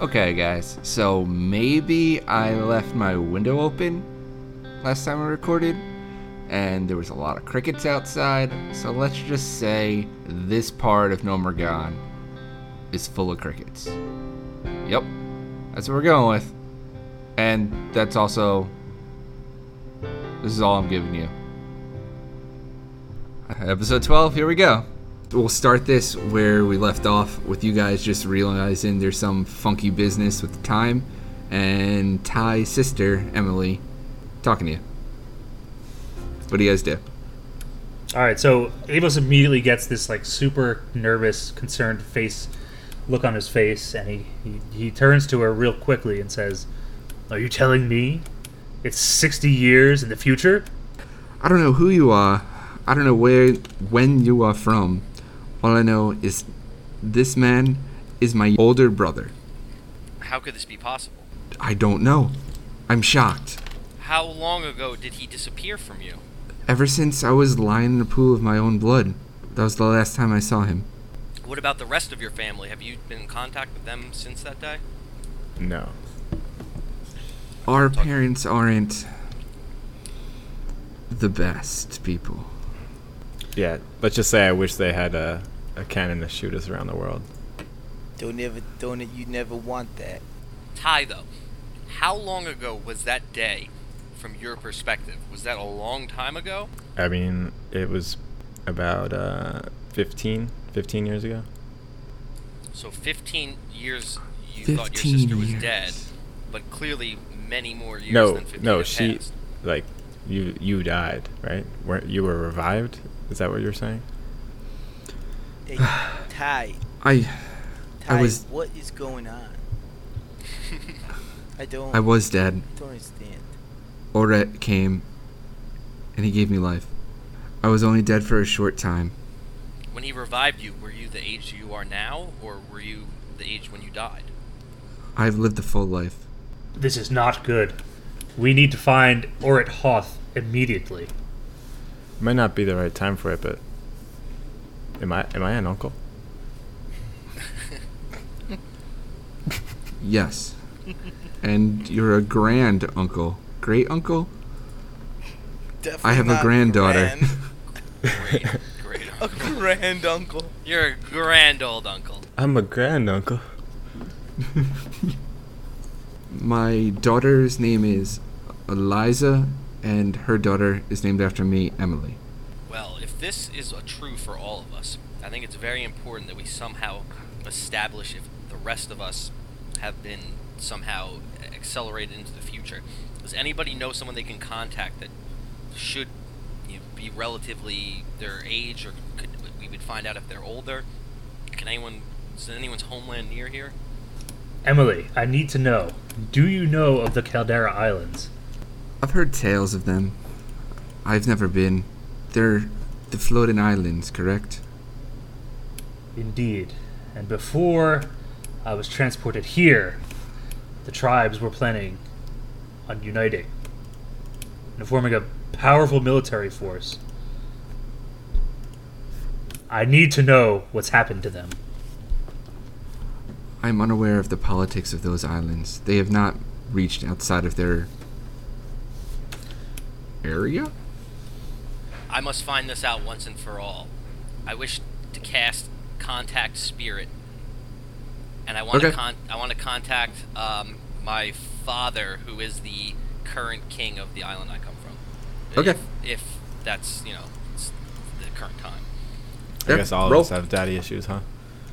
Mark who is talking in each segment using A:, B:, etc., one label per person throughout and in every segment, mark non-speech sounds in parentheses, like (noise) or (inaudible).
A: Okay, guys, so maybe I left my window open last time I recorded, and there was a lot of crickets outside, so let's just say this part of Nomergon is full of crickets. Yep, that's what we're going with. And that's also. This is all I'm giving you. Episode 12, here we go. We'll start this where we left off with you guys just realizing there's some funky business with the time and Ty's sister, Emily, talking to you. What do you guys do?
B: All right, so Amos immediately gets this like super nervous, concerned face look on his face, and he, he he turns to her real quickly and says, "Are you telling me it's sixty years in the future?"
A: I don't know who you are. I don't know where, when you are from. All I know is this man is my older brother.
C: How could this be possible?
A: I don't know. I'm shocked.
C: How long ago did he disappear from you?
A: Ever since I was lying in a pool of my own blood, that was the last time I saw him.
C: What about the rest of your family? Have you been in contact with them since that day?
D: No.
A: Our parents aren't the best people.
D: Yeah, let's just say I wish they had a, a cannon to shoot us around the world.
E: Don't ever, don't it- you never
A: (sighs)
E: want that.
C: Ty, though, how long ago was that day from your perspective? Was that a long time ago?
D: I mean, it was about uh, 15, 15 years ago.
C: So 15 years you thought your
A: 15
C: sister was
A: years.
C: dead, but clearly many more years
D: no,
C: than 15
D: no,
C: have
D: she
C: passed.
D: like you you died, right? Were you were revived? Is that what you're saying?
E: Hey, Ty,
A: I,
E: Ty,
A: was-
E: what is
A: (laughs)
E: going on? I don't,
A: I was dead.
E: don't understand.
A: Oret came, and he gave me life. I was only dead for a short time.
C: When he revived you, were you the age you are now, or were you the age when you died?
A: I've lived a full life.
B: This is not good. We need to find Orit Hoth immediately.
D: Might not be the right time for it, but am I am I an uncle?
C: (laughs)
A: Yes. and you're a grand uncle. Great uncle?
E: Definitely
A: I have a
E: not
A: granddaughter.
E: grand-
C: Great,
D: (laughs)
C: great
E: a (laughs)
C: uncle.
E: grand uncle.
C: You're a grand old uncle.
D: I'm a grand uncle.
A: (laughs) My daughter's name is Eliza, and her daughter is named after me, Emily.
C: Well, if this is a true for all of us, I think it's very important that we somehow establish if the rest of us have been somehow accelerated into the future. Does anybody know someone they can contact that should you know, be relatively their age, or could we would find out if they're older? Can anyone? Is anyone's homeland near here?
B: Emily, I need to know. Do you know of the Caldera Islands?
A: I've heard tales of them. I've never been. They're the floating islands, correct?
B: Indeed. And before I was transported here, the tribes were planning on uniting and forming a powerful military force. I need to know what's happened to them.
A: I'm unaware of the politics of those islands. They have not reached outside of their area?
C: I must find this out once and for all. I wish to cast contact spirit, and I want
A: Okay.
C: to con- I want to contact um, my father, who is the current king of the island I come from.
A: Okay.
C: If, if that's you know s- the current time.
A: Yeah,
D: I guess all
A: roll.
D: of us have daddy issues, huh?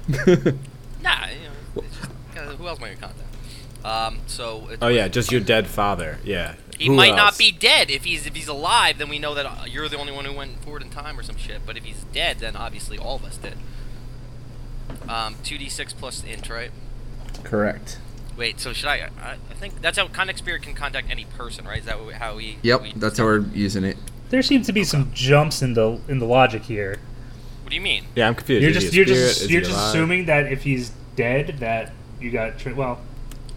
C: Nah, you know, it's just, uh, who else might I contact? Um, so it-
D: Oh yeah, just your dead father. Yeah.
C: He
D: Who
C: might
D: else?
C: not be dead. If he's if he's alive, then we know that uh, you're the only one who went forward in time or some shit. But if he's dead, then obviously all of us did. Um, two d six plus int, right?
A: Correct.
C: Wait, so should I? I, I think that's how Contact Spirit can contact any person, right? Is that wh- how we?
A: Yep,
C: we-
A: that's how we're using it.
B: There seems to be some jumps in the in the logic here.
C: What do you mean?
D: Yeah, I'm confused.
B: You're
D: Is he
B: just
D: a
B: you're
D: spirit?
B: just
D: Is
B: you're
D: he
B: just
D: alive?
B: assuming that if he's dead that you got tri- well.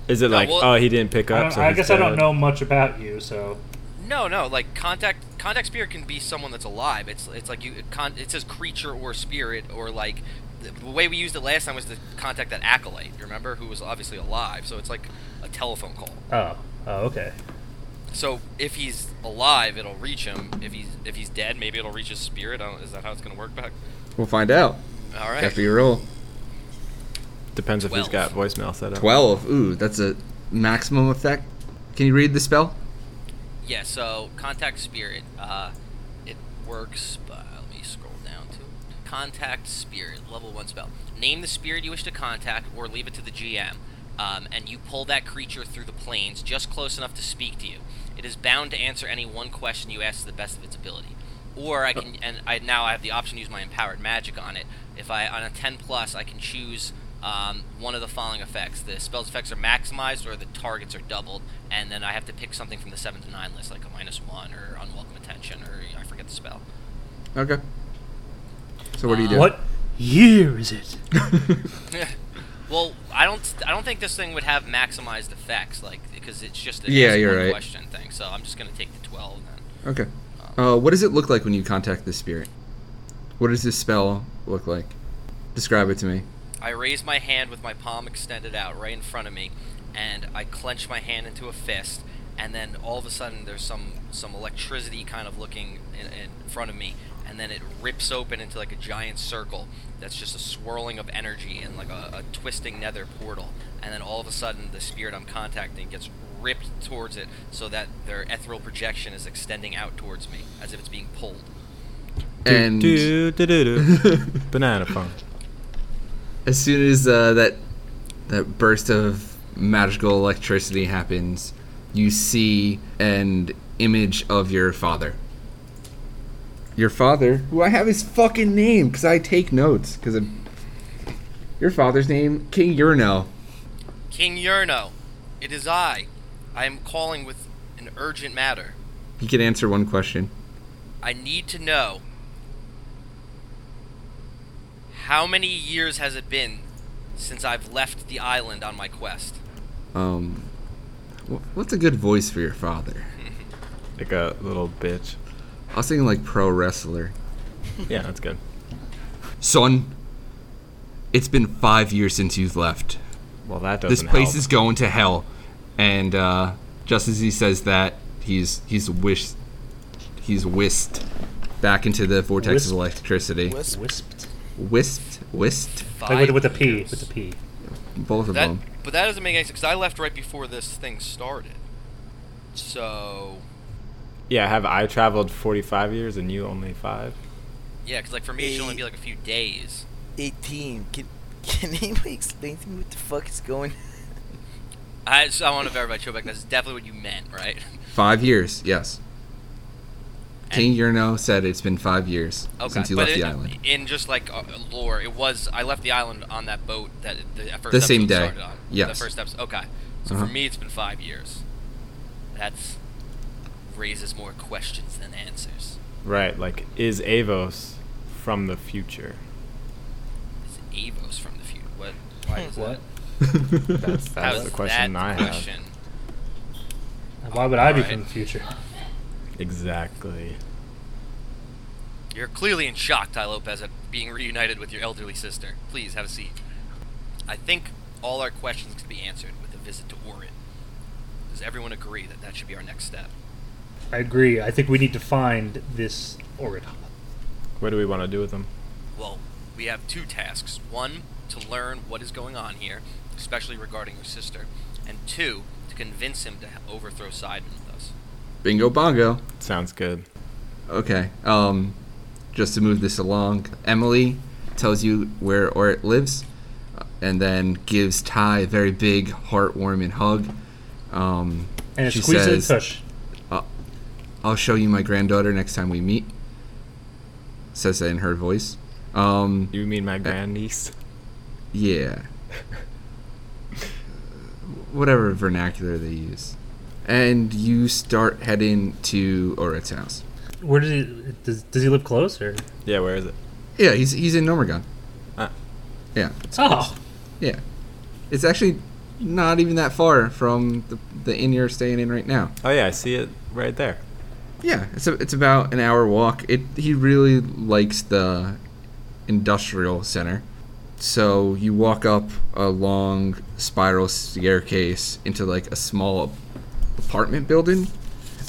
D: Is it
C: No,
D: like
C: well-
D: oh he didn't pick
B: I,
D: up?
B: don't-
D: so
B: I
D: he's
B: guess I don't
D: dead?
B: know much about you, so
C: No, no. Like Contact Contact Spirit can be someone that's alive. It's it's like you it, con, it says creature or spirit or like the way we used it last time was to contact that acolyte. You remember who was obviously alive? So it's like a telephone call.
B: Oh, oh, okay.
C: So if he's alive, it'll reach him. If he's if he's dead, maybe it'll reach his spirit. I don't, is that how it's gonna work back?
A: We'll find out
C: All right.
A: after you roll.
D: Depends if he's got
C: Twelve.
D: voicemail set up.
A: 12. Ooh, that's a maximum effect. Can you read the spell?
C: Yeah, so contact spirit. Uh, it works. By, let me scroll down to it. contact spirit level one spell. Name the spirit you wish to contact, or leave it to the GM, um, and you pull that creature through the planes, just close enough to speak to you. It is bound to answer any one question you ask to the best of its ability. Or I can, and I now I have the option to use my empowered magic on it. If I on a ten plus, I can choose um, one of the following effects. The spell's effects are maximized or the targets are doubled, and then I have to pick something from the 7 to 9 list, like a minus 1 or unwelcome attention, or I forget the spell.
A: Okay. So what do you do? (laughs)
B: What (laughs) year is it?
C: well, I don't I don't think this thing would have maximized effects, like, because it's just a
A: Yeah,
C: ask
A: you're
C: one
A: right.
C: question thing, so I'm just going to take the 12 then.
A: Okay. Uh, what does it look like when you contact the spirit? What does this spell look like? Describe it to me.
C: I raise my hand with my palm extended out right in front of me, and I clench my hand into a fist. And then all of a sudden, there's some some electricity kind of looking in, in front of me, and then it rips open into like a giant circle that's just a swirling of energy and like a, a twisting nether portal. And then all of a sudden, the spirit I'm contacting gets ripped towards it, so that their ethereal projection is extending out towards me as if it's being pulled.
D: Do-
A: and
D: do, do, do, (laughs) do. banana phone.
A: (laughs) as soon as uh, that that burst of magical electricity happens, you see an image of your father. Your father, who I have his fucking name because I take notes because your father's name, King Yurno.
C: King Yurno, it is I. I am calling with an urgent matter.
A: He can answer one question.
C: I need to know how many years has it been since I've left the island on my quest?
A: Um, wh- what's a good voice for your father?
D: Like a little bitch.
A: I was thinking like pro wrestler.
D: Yeah, that's good.
A: Son, it's been five years since you've left.
D: Well, that doesn't
A: this place
D: help.
A: is going to hell. And uh, just as he says that, he's he's whisked he's whisked back into the vortex
B: Whisked?
A: of electricity.
E: Wisp.
B: Wisped.
A: Whisked, whisked,
B: Like with, with a
C: Five
B: P.
C: years.
B: With a P.
A: both of
C: That,
A: them.
C: but that doesn't make any sense. 'cause I left right before this thing started. So
D: Yeah, have I traveled 45 years and you only five?
C: yeah, because like for me, it should only
E: Eight.
C: be like a few days.
E: 18. Can, can anybody explain to me what the fuck is going
C: I so I want to verify, Chobek. That's definitely what you meant, right?
A: Five years, yes. King Yurno said it's been five years
C: Okay,
A: since you
C: but
A: left the
C: in-
A: island.
C: In just like uh, lore, it was I left the island on that boat that the first
A: The same
C: episode
A: day.
C: Started on. The
A: Yes.
C: first episode. Okay. So
A: Uh-huh.
C: for me, it's been five years. That's raises more questions than answers.
D: Right, like, is Avos from the future?
C: Is Avos from the future? What? Why is
B: Hmm. What?
C: That?
D: That's,
C: How
D: that's
C: is
D: the question
C: that
D: I
C: the
D: have.
C: question?
B: Why would I be
C: Alright.
B: from the future?
D: Exactly.
C: You're clearly in shock, Ty Lopez, at being reunited with your elderly sister. Please have a seat. I think all our questions can be answered with a visit to Orin. Does everyone agree that that should be our next step?
B: I agree. I think we need to find this Orid.
D: What do we want to do with them?
C: Well, we have two tasks. One, to learn what is going on here, especially regarding your sister, and two, to convince him to ha- overthrow Sidon with us.
A: (laughs) Bingo bongo.
D: Sounds good.
A: Okay. Um, just to move this along, Emily tells you where Orit lives, uh, and then gives Ty a very big, heartwarming hug. Um,
B: And it's
A: she
B: squeeze
A: says,
B: and push.
A: "I'll show you my granddaughter next time we meet." Says that in her voice. Um,
D: You mean my grandniece?
A: yeah. (laughs) Whatever vernacular they use, and you start heading to Orit's house.
B: Where does he does, does he live close or?
D: Yeah, where is it?
A: Yeah, he's he's in Nomergon.
D: Ah.
A: Yeah.
B: Oh,
A: Yeah. It's actually not even that far from the, the inn you're staying in right now.
D: Oh, yeah, I see it right there.
A: Yeah, it's a, it's about an hour walk. It he really likes the industrial center. So you walk up a long spiral staircase into like a small apartment building,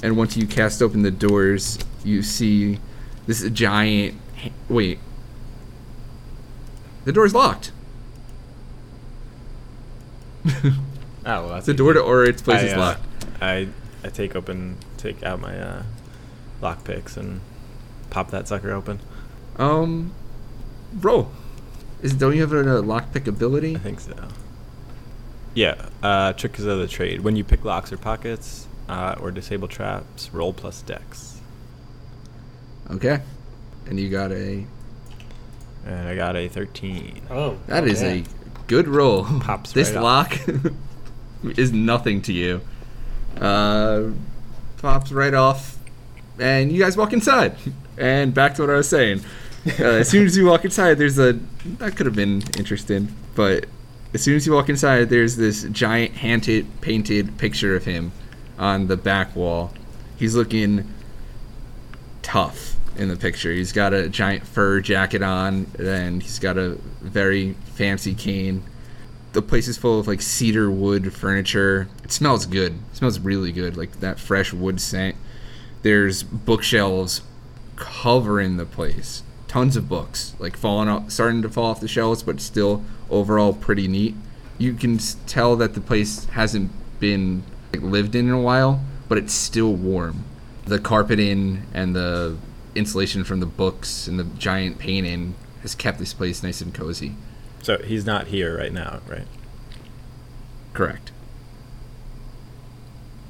A: and once you cast open the doors, you see this giant. ha- Wait, the door's locked.
D: Oh, well, that's
A: The door to Orit's place
D: I,
A: is
D: uh,
A: locked.
D: I I take open, take out my uh, lock picks and pop that sucker open.
A: Um, roll. Is don't you have a lockpick ability?
D: I think so. Yeah, uh, trick is of the trade. When you pick locks or pockets uh, or disable traps, roll plus dex.
A: Okay. And you got a.
D: And I got a 13.
B: Oh,
A: That is
B: okay.
A: a good roll.
D: Pops
A: this
D: right up.
A: lock (laughs) is nothing to you. Uh, pops right off, and you guys walk inside. And back to what I was saying. Uh, as soon as you walk inside, there's a that could have been interesting, but as soon as you walk inside, there's this giant hand painted picture of him on the back wall. He's looking tough in the picture. He's got a giant fur jacket on, and he's got a very fancy cane. The place is full of like cedar wood furniture. It smells good. It smells really good, like that fresh wood scent. There's bookshelves covering the place. Tons of books, like falling off, starting to fall off the shelves, but still overall pretty neat. You can s- tell that the place hasn't been like, lived in in a while, but it's still warm. The carpeting and the insulation from the books and the giant painting has kept this place nice and cozy.
D: So he's not here right now, right?
A: Correct.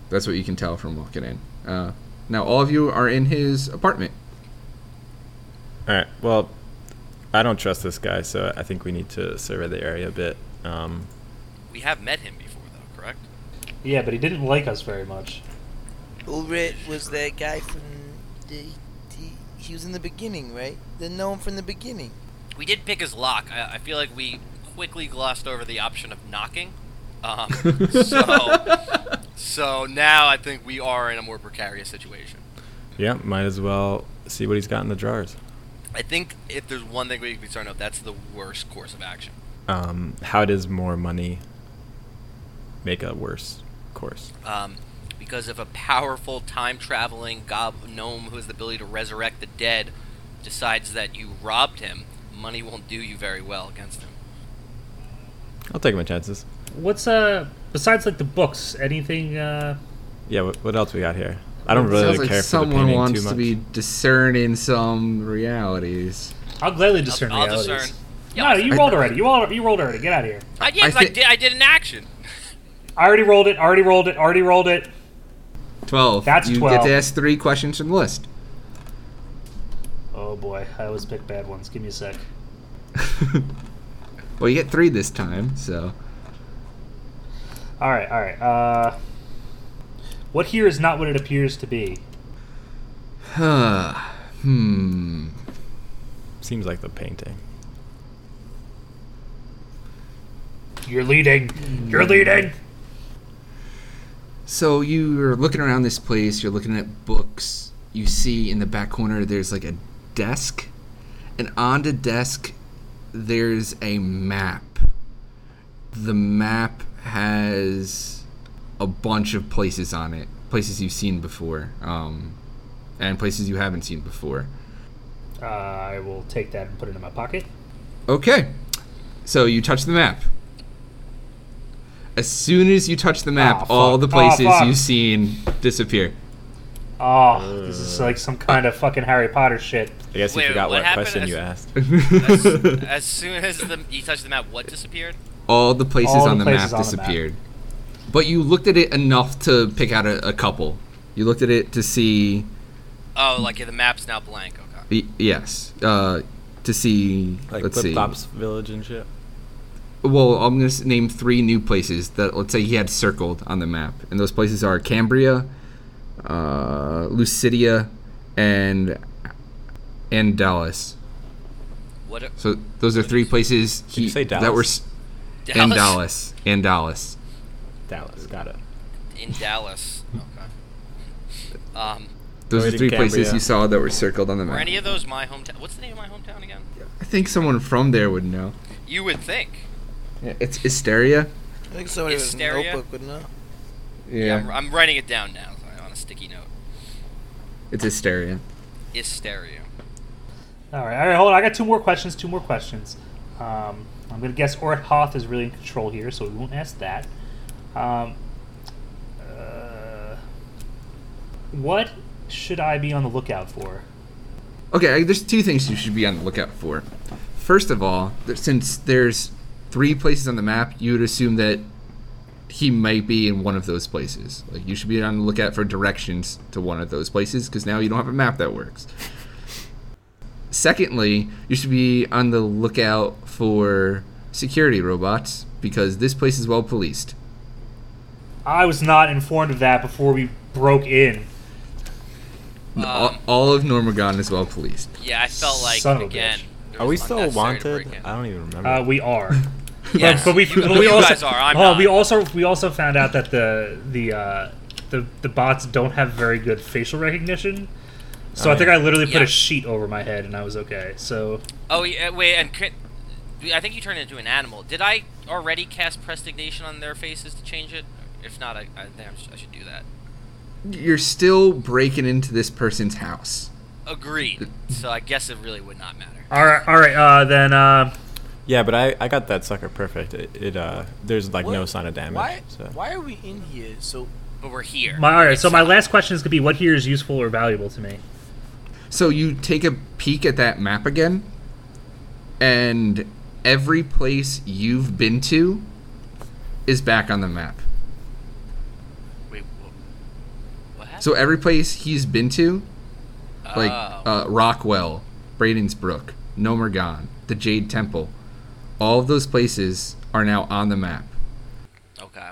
A: That's what you can tell from walking in. Uh, now, all of you are in his apartment.
D: All right. Well, I don't trust this guy, so I think we need to survey the area a bit. Um,
C: We have met him before, though, correct?
B: Yeah, but he didn't like us very much.
E: Ulrich was that guy from the, the. He was in the beginning, right? The gnome from the beginning.
C: We did pick his lock. I, I feel like we quickly glossed over the option of knocking. Um,
A: (laughs)
C: so, so now I think we are in a more precarious situation.
D: yeah, might as well see what he's got in the drawers.
C: I think if there's one thing we can be concerned of, that's the worst course of action.
D: Um, how does more money make a worse course?
C: Um, because if a powerful time traveling gob gnome who has the ability to resurrect the dead decides that you robbed him, money won't do you very well against him.
D: I'll take my chances.
B: What's uh besides like the books? Anything? uh
D: Yeah. What, what else we got here? I don't really
A: Sounds
D: care
A: like
D: for the
A: someone
D: painting
A: wants
D: too much.
A: to be discerning some realities.
B: I'll gladly discern
C: I'll
B: realities.
C: discern.
B: No, you
A: I-
B: rolled already. You all you rolled already. Get out of here.
C: I,
A: I
C: yeah, 'cause I,
A: thi-
C: did, I did an action.
B: I already rolled it. Already rolled it. Already rolled it.
A: Twelve.
B: That's
A: you get
B: 12.
A: to ask three questions from the list.
B: Oh boy, I always pick bad ones. Give me a sec.
A: well, you get three this time, so (sighs)
B: All right, all right. Uh, what here is not what it appears to be.
A: hmm.
D: Seems like the painting.
B: You're leading. You're leading.
A: So you're looking around this place, you're looking at books. You see in the back corner there's like a desk, and on the desk there's a map. The map has a bunch of places on it, places you've seen before, um, and places you haven't seen before.
B: Uh, I will take that and put it in my pocket.
A: Okay. So you touch the map. As soon as you touch the map,
B: Ah,
A: all
B: fuck.
A: the
B: Ah,
A: places
B: fuck.
A: you've seen disappear.
B: Oh, this is like some kind of fucking Harry Potter shit.
D: I guess
C: Wait,
D: you forgot
C: what
D: what,
C: happened?
D: question
C: I
D: you
C: s-
A: (laughs)
D: asked.
B: (laughs)
C: As, (laughs) as soon as the, you touched the map, what disappeared?
A: all the places
B: All
A: on the
B: the
A: map
B: places on the map.
A: disappeared. But you looked at it enough to pick out a, a couple. You looked at it to see,
C: Oh, like yeah, the map's now blank. Okay.
A: y- yes, uh, to see.
D: Like
A: let's
D: Flip
A: see.
D: Flop's village and shit.
A: Well, I'm gonna s- name three new places that let's say he had circled on the map, and those places are Cambria, uh, Lucidia, and and Dallas.
C: What? Are,
A: So those are three places he
D: you say
A: that
D: Dallas?
A: were s-
C: Dallas?
A: and Dallas and Dallas.
D: Dallas. Got it.
C: In Dallas. Okay. Um,
A: Those
D: Right
A: are
D: in
A: three places
D: Cambria.
A: you saw that were circled on the
C: were
A: map.
C: any of those my hometown? What's the name of my hometown again?
A: I think someone from there would know.
C: You would think.
A: Yeah, it's hysteria.
E: I think somebody with a
C: Hysteria?
E: notebook would know.
C: Yeah, I'm, I'm writing it down now on a sticky note.
A: it's hysteria.
C: Hysteria.
B: All right, all right, hold on. I got two more questions. Two more questions. Um, I'm gonna guess Orat Hoth is really in control here, so we won't ask that. Um, uh, what should I be on the lookout for?
A: Okay, I- there's two things you should be on the lookout for. First of all, th- since there's three places on the map, you would assume that he might be in one of those places. Like you should be on the lookout for directions to one of those places because now you don't have a map that works. Secondly, you should be on the lookout for security robots because this place is well policed.
B: I was not informed of that before we broke in.
A: N-
C: Um,
A: all, all of Normagon is well policed.
C: Yeah, I felt like
B: Son of a
C: again. there
D: Are we
C: was
D: still
C: unnecessary to
D: wanted?
C: break in.
D: I don't even remember.
B: Uh, we are.
C: Yes,
B: but we,
C: you,
B: but
C: you
B: we also,
C: guys are. I'm
B: oh,
C: not.
B: we also we also found out that the the uh, the the bots don't have very good facial recognition. So
D: Oh,
B: I think
D: yeah.
B: I literally put
C: Yeah.
B: a sheet over my head and I was okay. So
C: Oh yeah, wait, and could, I think you turned into an animal. Did I already cast prestidigitation on their faces to change it? If not, I, I think I'm sh- I should do that.
A: You're still breaking into this person's house.
C: Agreed. So I guess it really would not matter.
B: all right, all right. Uh, then uh,
D: yeah, but I, I got that sucker perfect. It, it uh there's like no
E: What-
D: sign of damage.
E: Why,
D: so.
E: why are we in here? So
C: But we're here.
B: my all right. So
C: It's
B: my
C: not-
B: last question is gonna be what here is useful or valuable to me.
A: So you take a peek at that map again, and every place you've been to is back on the map.
C: Wait, wha- what happened?
A: So every place he's been to, like
C: Oh.
A: uh, Rockwell, Braden's Brook, Nomergon, the Jade Temple, all of those places are now on the map.
C: okay.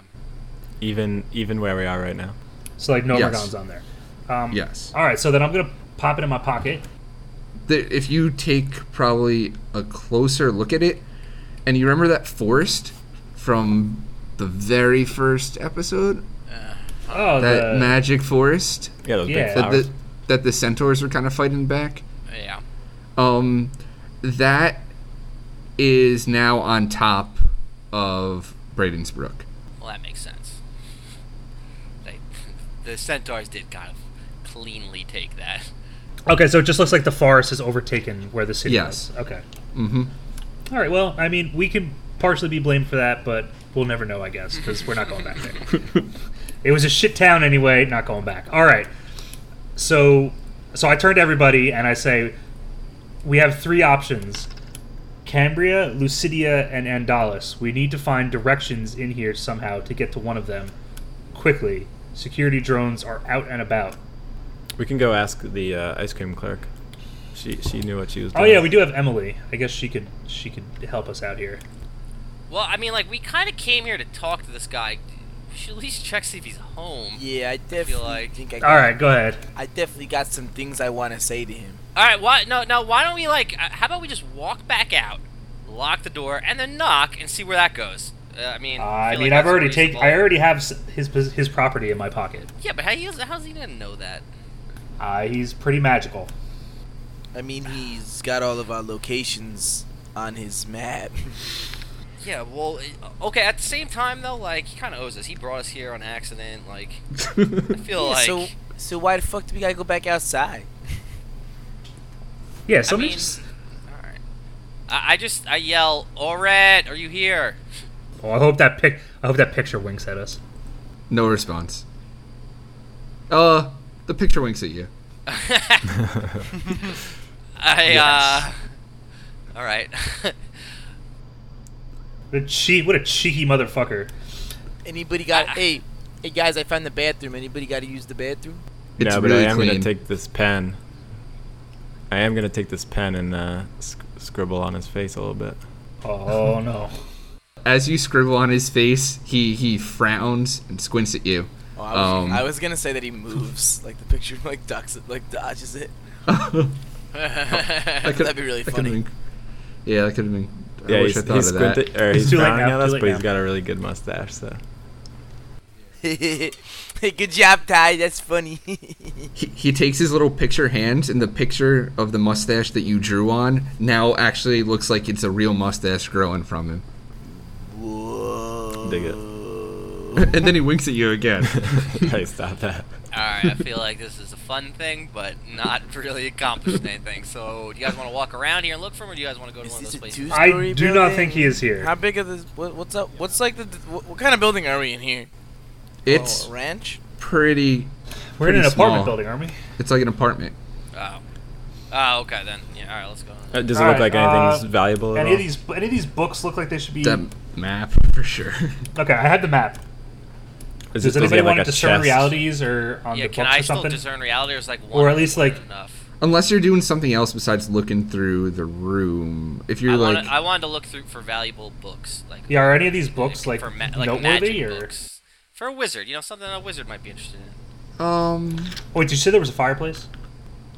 D: Even even where we are right now.
B: So like no
A: Yes.
B: Morgans on there. Um,
A: Yes.
B: All right. So then I'm gonna pop it in my pocket.
A: The, if you take probably a closer look at it, and you remember that forest from the very first episode,
B: Oh,
A: that
B: the,
A: magic forest.
D: Yeah, those
B: Yeah.
D: big
A: that
D: flowers.
A: the that the centaurs were kind of fighting back.
C: Yeah.
A: Um, that is now on top of Braden's
D: (laughs)
A: Brook.
C: Well, that makes sense. They, (laughs) the centaurs did kind of cleanly take that.
B: Okay, so it just looks like the forest has overtaken where the city
A: Yes.
B: was. Okay.
A: Mm-hmm.
B: All right. Well, I mean, we can partially be blamed for that, but we'll never know, I guess, because we're not going back there.
A: (laughs)
B: it was a shit town anyway. Not going back. All right. So, so I turn to everybody and I say, we have three options: Cambria, Lucidia, and Andalus. We need to find directions in here somehow to get to one of them quickly. Security drones are out and about.
D: we can go ask the uh, ice cream clerk. She she knew what she was
B: Oh
D: doing.
B: yeah, we do have Emily. I guess she could she could help us out here.
C: Well, I mean, like we kind of came here to talk to this guy. We should at least check see if he's home.
E: yeah, I definitely
C: like-
E: think I. Got,
B: All right, go ahead.
E: I definitely got some things I want to say to him.
C: All right, why no no? Why don't we like? uh, How about we just walk back out, lock the door, and then knock and see where that goes. Uh, I mean,
B: I
C: feel
B: mean,
C: like
B: I've
C: that's
B: already taken.
C: reasonable.
B: I already have s- his pos- his property in my pocket.
C: Yeah, but how he how's he gonna know that?
B: Uh, he's pretty magical.
E: I mean, he's got all of our locations on
C: (laughs)
E: his map. (laughs)
C: Yeah, well, uh, okay. At the same time though, like he kind of owes us. He brought us here on accident. Like I feel
E: Yeah,
C: like
E: so, so why the fuck do we gotta go back outside? (laughs)
B: Yeah,
C: I
B: somebody
C: mean,
B: just.
C: all right. I, I just I yell, "Oret, are you here?" (laughs)
B: Oh, I hope that pic. I hope that picture winks at us.
A: No response. Uh, the picture winks at you.
C: I uh,
A: (laughs)
C: all right. (laughs)
B: The che- What a cheeky motherfucker.
E: Anybody got?
C: I-
E: hey, hey guys, I found the bathroom. Anybody got to use the bathroom?
A: It's
D: no, but
A: really
D: I am
A: clean.
D: gonna take this pen. I am gonna take this pen and uh, sc- scribble on his face a little bit.
B: (laughs) Oh no.
A: As you scribble on his face, he he frowns and squints at you. (laughs)
E: Oh, I was,
A: Um,
E: I was gonna say that he moves, like the picture, like ducks, it, like dodges it. (laughs)
A: That could-
E: That'd be really
A: that could've
E: funny.
A: been- yeah, that could have been. I
D: yeah,
A: wish
D: he's,
A: I thought
D: he's
A: of that.
D: (laughs) squinted, or
B: It's
D: he's
B: too late
D: frowning
B: now,
D: at
B: too
D: us,
B: late
D: but he's
B: now.
D: got a really good mustache. So
E: Good job, Ty. That's funny. (laughs)
A: He, he takes his little picture hands, and the picture of the mustache that you drew on now actually looks like it's a real mustache growing from him.
E: Whoa.
A: (laughs)
D: Dig
A: (laughs) and then he winks at you
D: (laughs)
A: again.
D: hey, stop that.
C: Alright, I feel like this is a fun thing, but not (laughs) really accomplishing anything. So, do you guys want to walk around here and look for him, or do you guys want to go to
E: Is
C: one of
E: this
C: those
E: a
C: places?
E: two-story
B: I do
E: building?
B: not think he is here.
E: How big is this? What, what's up? What's like the? What, what kind of building are we in here?
A: It's
E: oh, a ranch.
A: pretty.
B: We're in an
A: pretty
B: apartment
A: small.
B: building, aren't we?
A: It's like an apartment.
C: Oh. Oh, okay, then. Yeah, alright, let's go.
D: Uh, does it
B: All
D: look
B: right,
D: like anything's
B: uh,
D: valuable at
B: Any
D: all?
B: of these any of these books look like they should be
A: That map for sure. (laughs)
B: Okay, I had the map.
D: Is
B: Does
D: it- does
B: anybody
D: he have,
B: want
D: like, a
B: to discern
D: chest?
B: realities or on
C: yeah,
B: the
C: can
B: books
C: I
B: or
C: still
B: something?
C: discern reality, or is like one
B: Or at least,
C: more
B: like-
C: than enough?
A: Unless you're doing something else besides looking through the room. If you're
C: I,
A: like,
C: wanted, I wanted to look through for valuable books, like
B: Yeah, are any of these books like,
C: for ma- like
B: noteworthy
C: magic
B: or?
C: books for a wizard. You know, something a wizard might be interested in.
A: um,
B: Wait, did you say there was a fireplace?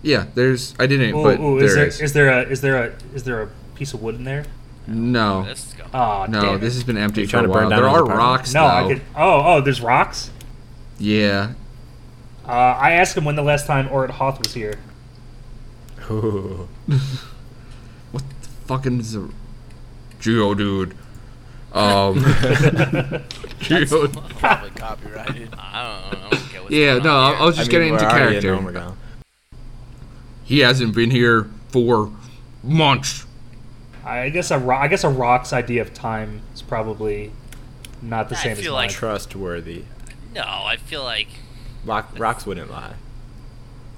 A: yeah. There's. I didn't,
B: Ooh,
A: but
B: ooh,
A: there
B: is there
A: is.
B: is there a is there a is there a piece of wood in there?
A: no,
C: Let's go. (laughs)
B: Oh,
A: no. This has been empty
D: You
A: for
D: trying
A: a
D: to
A: while.
D: burn down
A: There
D: his
A: are
D: apartment?
A: rocks
B: no.
A: though.
B: I could. Oh, oh, there's rocks.
A: Yeah.
B: Uh, I asked him when the last time Orit Hoth was here.
D: (laughs)
B: (laughs)
D: Ooh.
A: What the fucking is a Geo dude?
B: (laughs)
A: Um. Geo.
E: Probably (laughs) copyrighted.
C: I don't know. I don't get what's
A: Yeah,
C: going
A: no,
C: on
A: I I
C: here.
A: was just getting
D: we're
A: into
D: already in
A: character.
D: Omega.
A: He hasn't been here for months.
B: I guess a ro- I guess a rock's idea of time is probably not the
C: I
B: same as
C: feel
B: mine.
C: like-
D: Trustworthy.
C: no, I feel like
D: Rock, rocks wouldn't lie.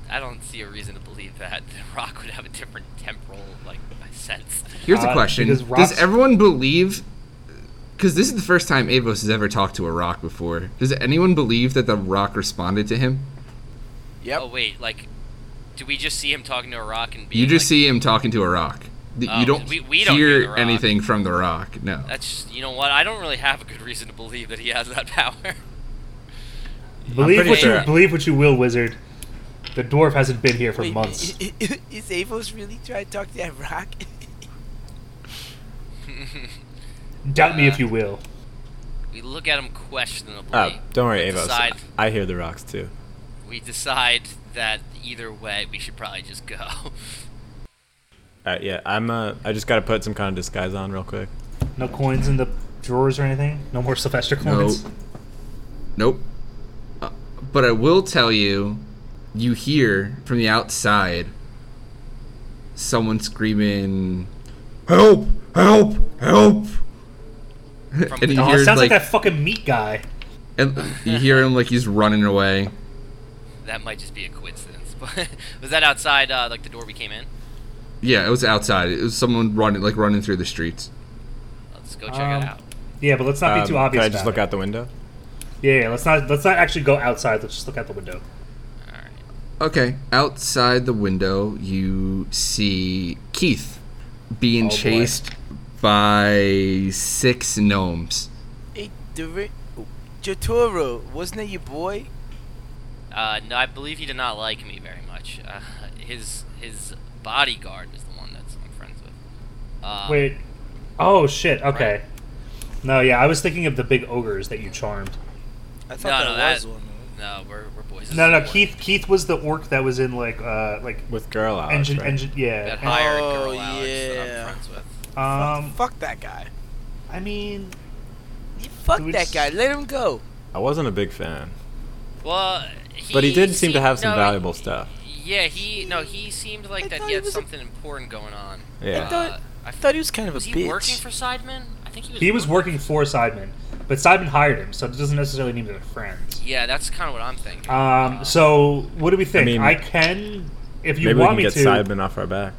C: I don't see a reason to believe that (laughs) the Rock would have a different temporal like sense.
A: Here's a
B: Uh,
A: question:
B: because
A: Does
B: rocks-
A: everyone believe? Because this is the first time Avos has ever talked to a rock before. Does anyone believe that the rock responded to him?
E: Yep.
C: Oh wait, like, do we just see him talking to a rock and being
A: You just
C: like,
A: see him talking to a rock. Th-
C: Oh,
A: you don't
C: we- we
A: hear,
C: don't hear the rock.
A: anything from the rock. No.
C: That's just- you know what? I don't really have a good reason to believe that he has that (laughs) power.
B: believe
D: pretty
B: what
D: sure-
B: you believe what you will, wizard. The dwarf hasn't been here for (laughs)
E: Wait,
B: months.
E: i- i- (laughs) Is Avos really trying to talk to that rock? (laughs)
B: Doubt me if you will.
C: we look at him questionably.
D: Oh, don't worry, Avos.
C: Decide.
D: I hear the rocks too.
C: We decide that either way, we should probably just go. (laughs)
D: Uh, yeah, I'm. Uh, I just gotta put some kind of disguise on real quick.
B: No coins in the drawers or anything. No more Sylvester coins.
A: Nope. Uh, but I will tell you, you hear from the outside someone screaming, "Help! Help! Help!"
C: From
A: and
C: the-
A: you
B: Oh,
A: hear
B: it sounds like,
A: like,
B: that fucking meat guy.
A: and you hear him like he's running away.
C: That might just be a coincidence. (laughs) But was that outside, uh, like the door we came in?
A: Yeah, it was outside. It was someone running like running through the streets.
C: Let's go check
B: Um,
C: it out.
B: Yeah, but let's not
D: Um,
B: be too obvious.
D: Can I just
B: about
D: look out the window?
B: it. Yeah, yeah, let's not let's not actually go outside. Let's just look out the window.
C: All right.
A: Okay, outside the window you see Keith being
B: Oh, boy.
A: chased by six gnomes.
E: hey, Dur- oh, Jotaro, wasn't that your boy?
C: Uh, no, I believe he did not like me very much. Uh, his his bodyguard is the one that's I'm friends with. Uh,
B: Wait. Oh shit. Okay. No, yeah, I was thinking of the big ogres that you charmed.
E: I
C: No,
E: thought
C: no,
E: that,
C: that-
E: was one.
C: No, we're, we're boys. This
B: No,
C: is
B: no,
C: war.
B: Keith. Keith was the orc that was in like uh like
D: With girl out.
B: engine
D: Ah, right?
B: engine. Yeah.
C: That hired
E: Oh,
C: girl Alex that
E: yeah.
C: I'm friends with.
B: Um,
E: Fuck that guy.
B: I mean,
E: You fuck
B: Dude,
E: that guy. Let him go.
D: I wasn't a big fan,
C: Well, he
D: but he did seem to
C: seemed-
D: have some
C: no,
D: valuable stuff.
C: Yeah, he no, he seemed like
E: I
C: that
E: thought
C: he
E: he
C: had
E: was a-
C: something important going on.
D: Yeah.
E: I thought,
C: Uh, I
E: I thought he was kind of a
C: Was he
E: bitch.
C: working for Sidemen? I think he was.
B: he was working for Sidemen, but Sidemen hired him, so it doesn't necessarily mean they're friends.
C: Yeah, that's kind of what I'm thinking.
B: Um, so what do we think? I,
D: mean-
B: can, if you
D: Maybe we
B: want
D: can
B: me
D: get
B: to.
D: Sidemen off our back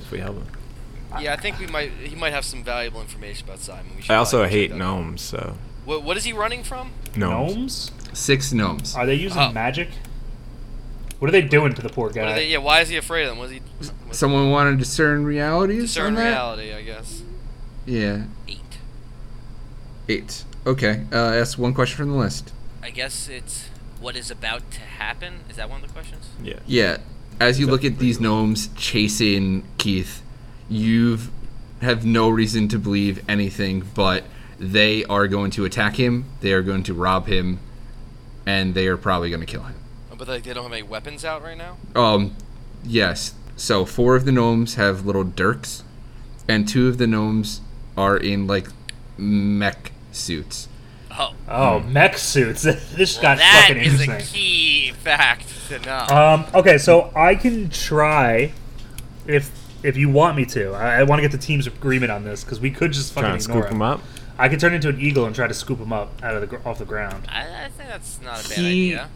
D: if we help him.
C: yeah, I think we might. He might have some valuable information about Sidemen. We should
D: I also
C: probably check
D: hate
C: that out.
D: gnomes, so
C: What, what is he running from?
D: gnomes.
B: Gnomes?
A: Six gnomes.
B: Are they using
C: Oh.
B: magic? What are they doing to the poor
C: What
D: Uh,
B: guy?
C: are they, yeah, why is he afraid of them? Was he was
A: Someone want to discern realities
C: discern
A: on that?
C: reality? I guess.
A: Yeah,
C: Eight.
A: eight. Okay, uh, that's one question from the list.
C: I guess it's what is about to happen. Is that one of the questions?
D: Yeah.
A: Yeah, as you look at these gnomes chasing Keith, you've have no reason to believe anything, but they are going to attack him. They are going to rob him, and they are probably going to kill him.
C: Oh, But like they don't have any weapons out right now.
A: Um, yes. So four of the gnomes have little dirks, and two of the gnomes are in like mech suits.
C: Oh,
B: Oh, mech suits. (laughs) this
C: well,
B: got
C: that
B: fucking
C: is
B: interesting.
C: a key fact to know.
A: Uh,
B: Um, okay, so I can try if if you want me to. I, I want to get the team's agreement on this because we could just fucking
D: Trying to
B: ignore
D: scoop
B: him.
D: him up.
B: I could turn into an eagle and try to scoop him up out of the gr- off the ground.
C: I, I think that's not a bad
A: He-
C: idea.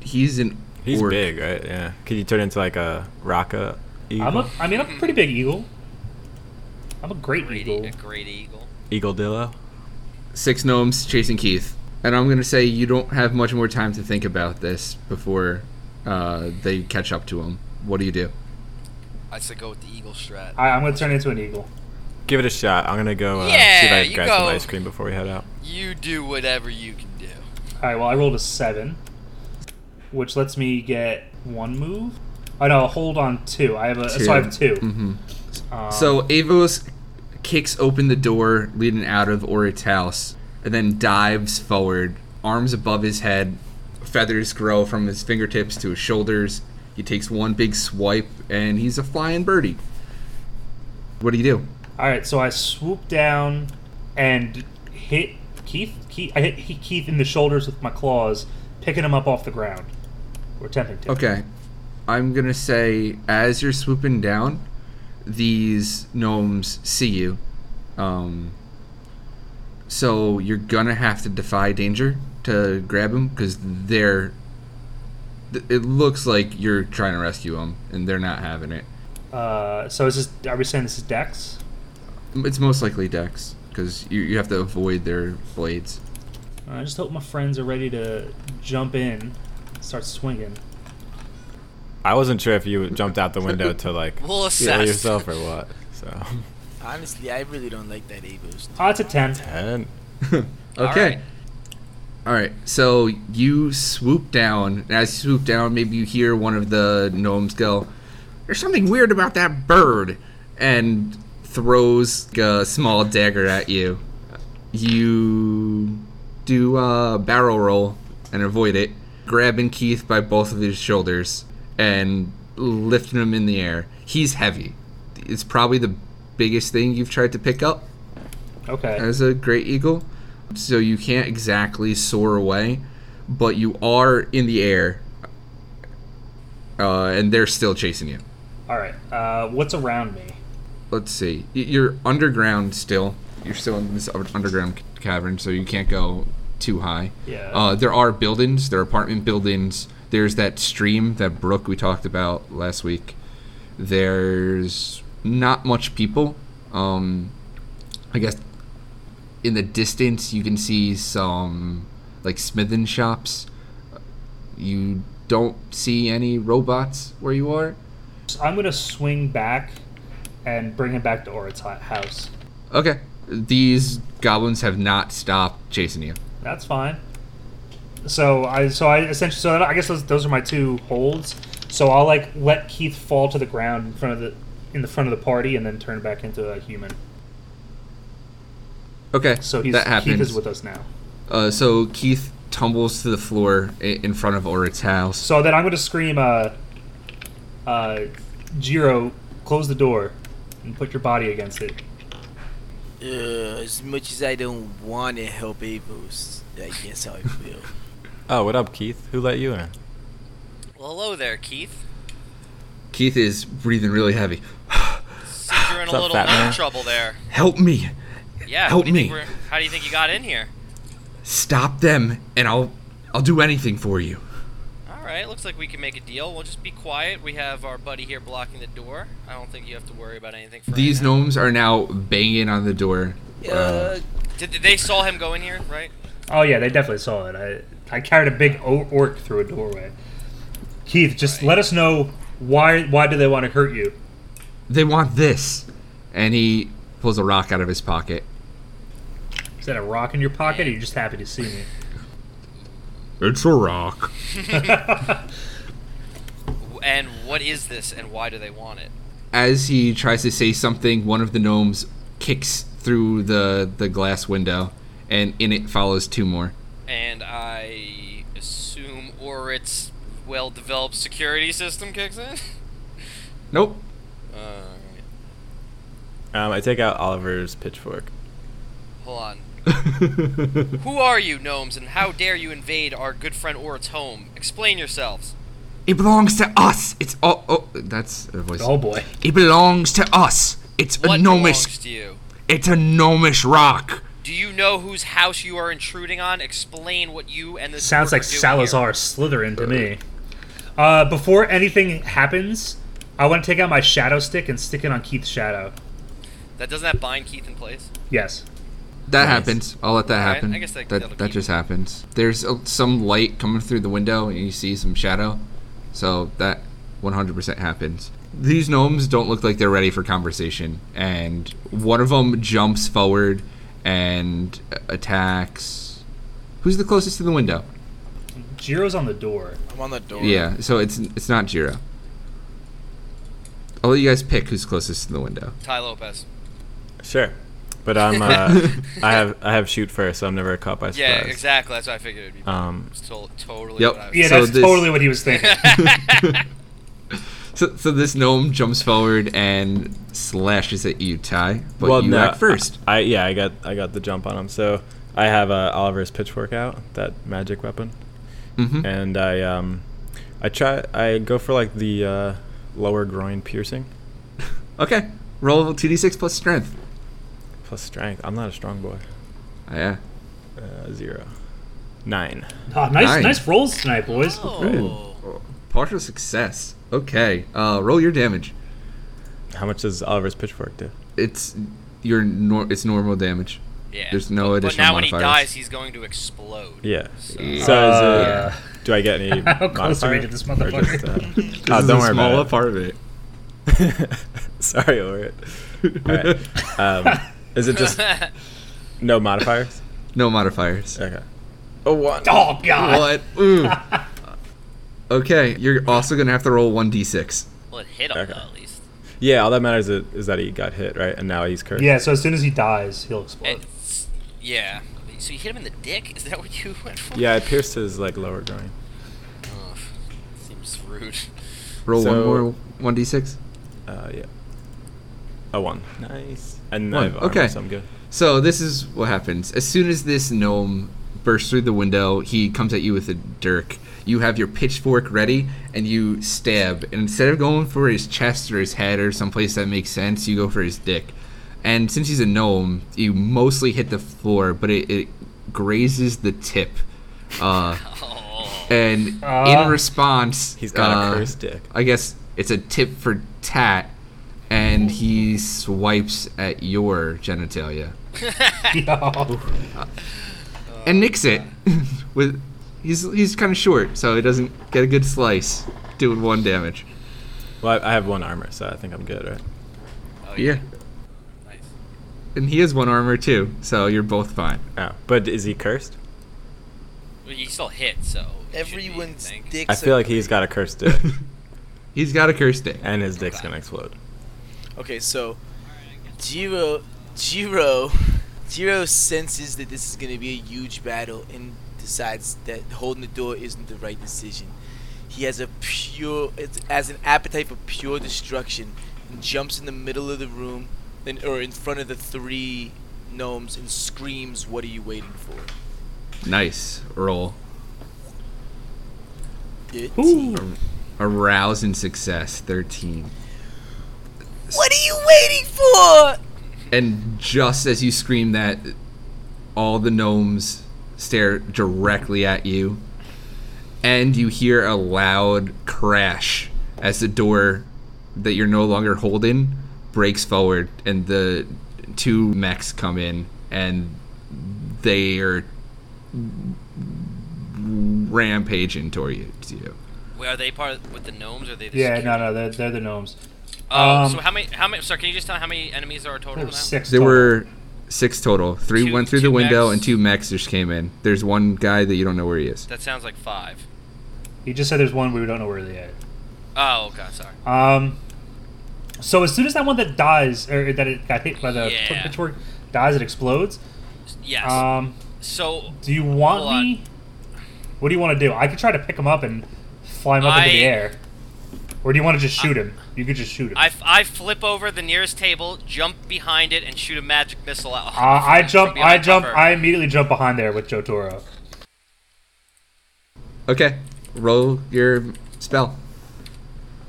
A: He's an
D: He's
A: orc.
D: big, right? Yeah. Could you turn into like a Raka? Eagle?
B: I'm a. I mean, I'm a pretty big eagle. I'm a great
C: Great,
B: eagle.
C: e- a great eagle.
D: Eagle Dillo.
A: Six gnomes chasing Keith, and I'm going to say you don't have much more time to think about this before uh, they catch up to him. What do you do?
C: I said go with the eagle strat.
A: Uh,
B: I, I'm gonna turn into an eagle.
D: Give it a shot. I'm gonna go uh, see if
C: Yeah,
D: I
C: you
D: can grab
C: go.
D: some ice cream before we head out.
C: You do whatever you can do.
B: All right. Well, I rolled a seven, which lets me get one move. Oh no, hold on two. I have a. So I have 2
D: Mm-hmm.
A: hmm
B: Um,
A: So Avos kicks open the door leading out of Orit's house and then dives forward, arms above his head, feathers grow from his fingertips to his shoulders. He takes one big swipe and he's a flying birdie. What do you do?
B: All right, so I swoop down and hit Keith. Keith I hit He- Keith in the shoulders with my claws, picking him up off the ground. We're attempting to.
A: Okay. I'm going to say as you're swooping down, these gnomes see you. Um so you're going to have to defy danger to grab him cuz they're th- it looks like you're trying to rescue him and they're not having it.
B: Uh, so is this? Are we saying this is Dex?
A: It's most likely Dex cuz you you have to avoid their blades.
B: Uh, I just hope my friends are ready to jump in, start swinging.
D: I wasn't sure if you jumped out the window to like
C: (laughs) We'll
D: kill
C: assess.
D: yourself or what. So
E: Honestly, I really don't like that A boost.
B: Oh, it's a ten.
D: ten.
A: okay.
C: All right.
A: All right, so you swoop down, and as you swoop down, maybe you hear one of the gnomes go, "There's something weird about that bird," and throws a small dagger at you. You do a barrel roll and avoid it, grabbing Keith by both of his shoulders and lifting him in the air. He's heavy. It's probably the biggest thing you've tried to pick up
B: Okay.
A: as a great eagle, so you can't exactly soar away, but you are in the air, uh, and they're still chasing you.
B: All right. Uh, what's around me?
A: Let's see, Y- you're underground still. You're still in this un- underground c- cavern, so you can't go too high.
B: Yeah.
A: Uh, there are buildings, there are apartment buildings. There's that stream, that brook we talked about last week. There's not much people. Um, I guess in the distance you can see some like smithing shops. You don't see any robots where you are.
B: So I'm gonna swing back and bring him back to Orit's hu- house.
A: Okay. These goblins have not stopped chasing you.
B: That's fine. So I so I essentially so I guess those, those are my two holds. So I'll like let Keith fall to the ground in front of the in the front of the party and then turn back into a human.
A: Okay.
B: So he's
A: that happens.
B: Keith is with us now.
A: uh, so Keith tumbles to the floor i- in front of Orit's house.
B: So then I'm going to scream, uh, uh, Jiro, close the door and put your body against it.
E: Ugh, as much as I don't want to help A boost, I guess I will.
B: (laughs) Uh,
D: Oh, what up, Keith? Who let you in?
C: Well, hello there, Keith.
A: Keith is breathing really heavy. (sighs)
C: So
D: (sighs)
C: you're in a
D: What's up,
C: little
D: fat
C: lung
D: man?
C: trouble there.
A: Help me!
C: Yeah.
A: Help
C: what do you think
A: me.
C: we're- How do you think you got in here?
A: Stop them, and I'll I'll do anything for you.
C: All right. Looks like we can make a deal. We'll just be quiet. We have our buddy here blocking the door. I don't think you have to worry about anything. For
A: These
C: right now.
A: gnomes are now banging on the door.
E: Uh,
C: Did did they saw him go in here, right?
B: Oh yeah, they definitely saw it. I I carried a big o- orc through a doorway. Keith, just let us know why why do they want to hurt you?
A: They want this, and he pulls a rock out of his pocket.
B: Is that a rock in your pocket? Or are you just happy to see me?
A: It's a rock.
C: W- And what is this? And why do they want it?
A: As he tries to say something, one of the gnomes kicks through the the glass window, and in it follows two more.
C: And I assume Orit's well developed security system kicks in?
A: Nope. (laughs)
C: Alright.
D: Um, I take out Oliver's pitchfork.
C: Hold on. Who are you, gnomes, and how dare you invade our good friend Orit's home? Explain yourselves.
A: it belongs to us. It's all. Oh, that's a (laughs) voice.
B: Oh boy.
A: It belongs to us. It's
B: Uh,
C: What
A: enormous.
C: belongs to you?
A: It's a gnomish rock.
C: Do you know whose house you are intruding on? Explain what you and this
B: Sounds
C: orc are
B: like
C: doing here.
B: Salazar Slytherin to me. Uh, before anything happens, I want to take out my shadow stick and stick it on Keith's shadow.
C: That doesn't that bind Keith in place?
B: Yes.
A: That happens. I'll let that
C: Alright,
A: happen.
C: I guess that- that'll
A: that, that
C: keep-
A: just happens. There's uh, some light coming through the window, and you see some shadow. So that 100% happens. These gnomes don't look like they're ready for conversation, and one of them jumps forward and uh, attacks. Who's the closest to the window?
B: Jiro's on the door.
E: I'm on the door.
A: Yeah, so it's it's not Jiro. I'll let you guys pick who's closest to the
D: (laughs)
A: window.
C: Ty Lopez.
D: Sure, but I'm uh, I have I have shoot first, so I'm never caught by surprise.
C: Yeah, exactly. That's what I figured it'd be.
D: Um,
C: It's to- totally
A: Yep.
C: what I was
B: Yeah,
A: So
B: that's
A: this-
B: totally what he was thinking.
A: So, so this gnome jumps forward and slashes at you, Ty. But you
D: no,
A: act first.
D: I yeah, I got I got the jump on him. So I have uh, Oliver's pitchfork out, that magic weapon,
A: Mhm.
D: and I um, I try I go for like the uh, lower groin piercing
A: Okay. Roll two d six plus strength.
D: plus strength. I'm not a strong boy.
A: Oh, yeah.
D: Uh, zero, nine.
B: Ah, nice,
A: Nine.
B: nice rolls tonight, boys.
C: Oh.
A: Partial success. Okay. Uh, roll your damage.
D: How much does Oliver's pitchfork do?
A: It's your nor- it's normal damage.
C: Yeah.
A: There's no
C: but, But
A: additional
C: now when he
A: modifiers.
C: dies, he's going to explode.
D: Yeah.
C: So-
D: So is,
B: Uh,
D: uh, do I get
B: (laughs)
D: any?
B: How close are we
D: modifier?
B: to this
D: Or
B: motherfucker?
D: (laughs)
A: (laughs) This
D: just, uh, oh,
A: is
D: don't
A: a
D: worry
A: small
D: about it.
A: part of it.
D: (laughs) Sorry, Orit. Alright. Um,
C: (laughs)
D: is it
B: (laughs)
D: just no modifiers?
A: (laughs) No modifiers.
D: Okay.
E: Oh, what?
B: Oh god. (laughs)
A: What? Hmm. Ooh. okay. You're also gonna have to roll one d six.
C: well, it hit him
D: Okay.
C: though, at least.
D: Yeah, all that matters is, is that he got hit, right? And now he's cursed.
B: Yeah, so as soon as he dies, he'll explode.
C: (laughs) And s- yeah. So you hit him in the dick? Is that what you (laughs) went for?
D: Yeah, it pierced his like lower groin.
C: Ugh, seems rude. (laughs)
A: Roll
D: So-
A: one more one d six.
D: Uh, yeah. A one. Nice. And
A: One,
D: I have armor,
A: okay.
D: so I'm good.
A: So this is what happens. As soon as this gnome bursts through the window, he comes at you with a dirk. You have your pitchfork ready, and you stab. And instead of going for his chest or his head or someplace that makes sense, you go for his dick. And since he's a gnome, you mostly hit the floor, but it, it grazes the tip. Uh,
C: Oh.
A: and
B: Ah.
A: in response,
D: He's got
A: uh,
D: a cursed dick.
A: I guess it's a tip for tat, and he swipes at your genitalia.
B: Yo.
A: and nicks it (laughs) with he's he's kind of short so he doesn't get a good slice doing one damage
D: Well, I, I have one armor, so I think I'm good, right?
C: Oh, Nice.
A: and he has one armor too so you're both fine
D: Oh, but is he cursed?
C: Well, you still hit, so. it should be, I
E: Everyone's
C: think.
E: dicks.
D: I feel
E: are
D: like he's got a
B: (laughs)
D: cursed dick,
A: (laughs) he's got a curse dick
D: and his dick's gonna explode.
E: Okay, so Jiro, Jiro, (laughs) Jiro senses that this is going to be a huge battle and decides that holding the door isn't the right decision. He has a pure, it's- has an appetite for pure destruction, and jumps in the middle of the room, and, or in front of the three gnomes, and screams, "What are you waiting for?"
A: nice roll
E: It's-
B: Ooh.
A: arouse and success 13
E: What are you waiting for?
A: and just as you scream that all the gnomes stare directly at you and you hear a loud crash as the door that you're no longer holding breaks forward and the two mechs come in and they are rampaging toward you. to you.
C: Wait, are they part of, with the gnomes? Or are they?
B: (laughs)
C: The
B: Yeah, no,
C: security?
B: no, they're, they're the gnomes.
C: Oh,
B: Um,
C: so how many? How many? Sorry, can you just tell how many enemies there are total
B: There were
C: now?
B: six.
A: There
B: total.
A: were six total. Three
C: Two-
A: went through
C: two
A: the window
C: mechs.
A: and two mechs just came in. There's one guy that you don't know where he is.
C: That sounds like five.
B: He just said there's one we don't know where they
C: Oh, okay, sorry.
B: are. Um. So as soon as that one that dies, or that it got hit by the
C: Yeah.
B: pitchfork, dies, it explodes.
C: Yes.
B: Um.
C: so
B: Do you want
C: Hold on.
B: me? What do you want to do? I could try to pick him up and fly him up into the
C: I-
B: air. Or do you want to just shoot him? You could just shoot him.
C: I, f- I flip over the nearest table, jump behind it, and shoot a magic missile out.
B: Uh, I
C: (laughs) from
B: jump. I
C: behind
B: jump.
C: cover.
B: I immediately jump behind there with Joe Toro.
A: Okay, roll your spell.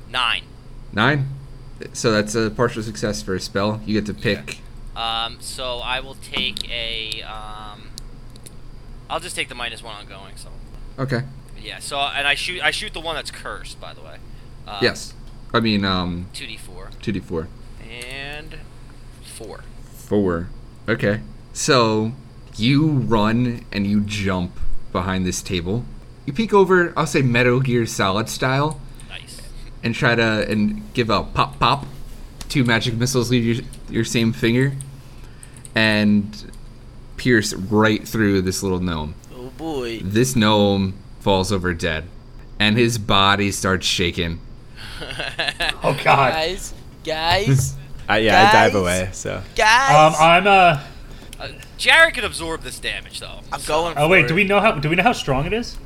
C: Nine.
A: Nine. So that's a partial success for a spell. You get to pick.
C: Um, so I will take a. Um, I'll just take the minus one ongoing. So
A: Okay.
C: yeah. So and I shoot. I shoot the one that's cursed, by the way. Uh,
A: yes. I mean, um,
C: Two d four
A: 2d4.
C: and four.
A: Four. Okay. So you run and you jump behind this table. You peek over, I'll say Metal Gear Solid style,
C: Nice.
A: and try to and give a pop pop. Two magic missiles leave your, your same finger and pierce right through this little gnome.
E: Oh boy.
A: This gnome falls over dead, and his body starts shaking.
B: Oh God.
E: Guys, guys,
D: I, yeah, I dive
E: Guys.
D: away. So
E: guys.
B: Um, I'm. Uh,
C: Uh, Jared can absorb this damage though.
E: I'm going.
B: oh wait, do
E: for
B: we
E: it.
B: know how? Do we know how strong it is?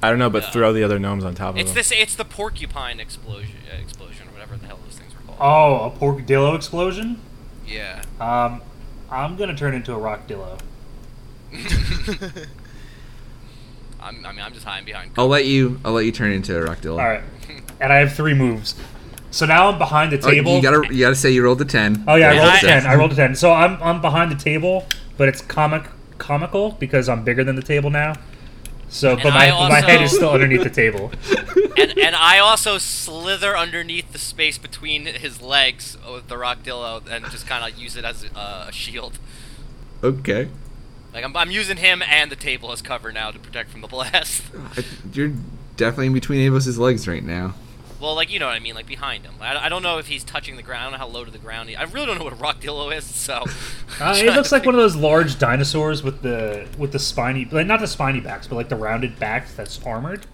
D: I don't know, but
C: No.
D: throw the other gnomes on top of
C: It's
D: him. (laughs)
C: this. It's the porcupine explosion. Uh, explosion or whatever the hell those things were called.
B: Oh, a porkadillo explosion.
C: Yeah.
B: Um, I'm gonna turn into a rockdillo.
C: I'm, I mean, I'm just hiding
B: Oh,
C: behind.
A: I'll let you. I'll let you turn into a rockdilla.
B: All right. And I have three moves. So now I'm behind the
A: Oh,
B: table.
A: you gotta. You gotta say you rolled a ten.
B: Oh yeah, I
C: Yeah,
B: rolled a
C: I-
B: ten. I
A: (laughs)
B: rolled a ten. So I'm I'm behind the table, but it's comic comical because I'm bigger than the table now. So, but
C: And
B: my,
C: I
B: but my head is
C: also-
B: still underneath the table.
C: (laughs) and, and I also slither underneath the space between his legs with the rockdillo and just kind of use it as uh, a shield.
A: Okay.
C: Like I'm, I'm using him and the table as cover now to protect from the blast. (laughs)
A: I- You're definitely in between Avos's legs right now.
C: well, like you know what I mean, like behind him. I, I don't know if he's touching the ground. I don't know how low to the ground. He, I really don't know what a rockdillo is. So
B: (laughs) Uh, it looks
C: (laughs)
B: like one of those large dinosaurs with the with the spiny, like not the spiny backs, but like the rounded backs that's armored.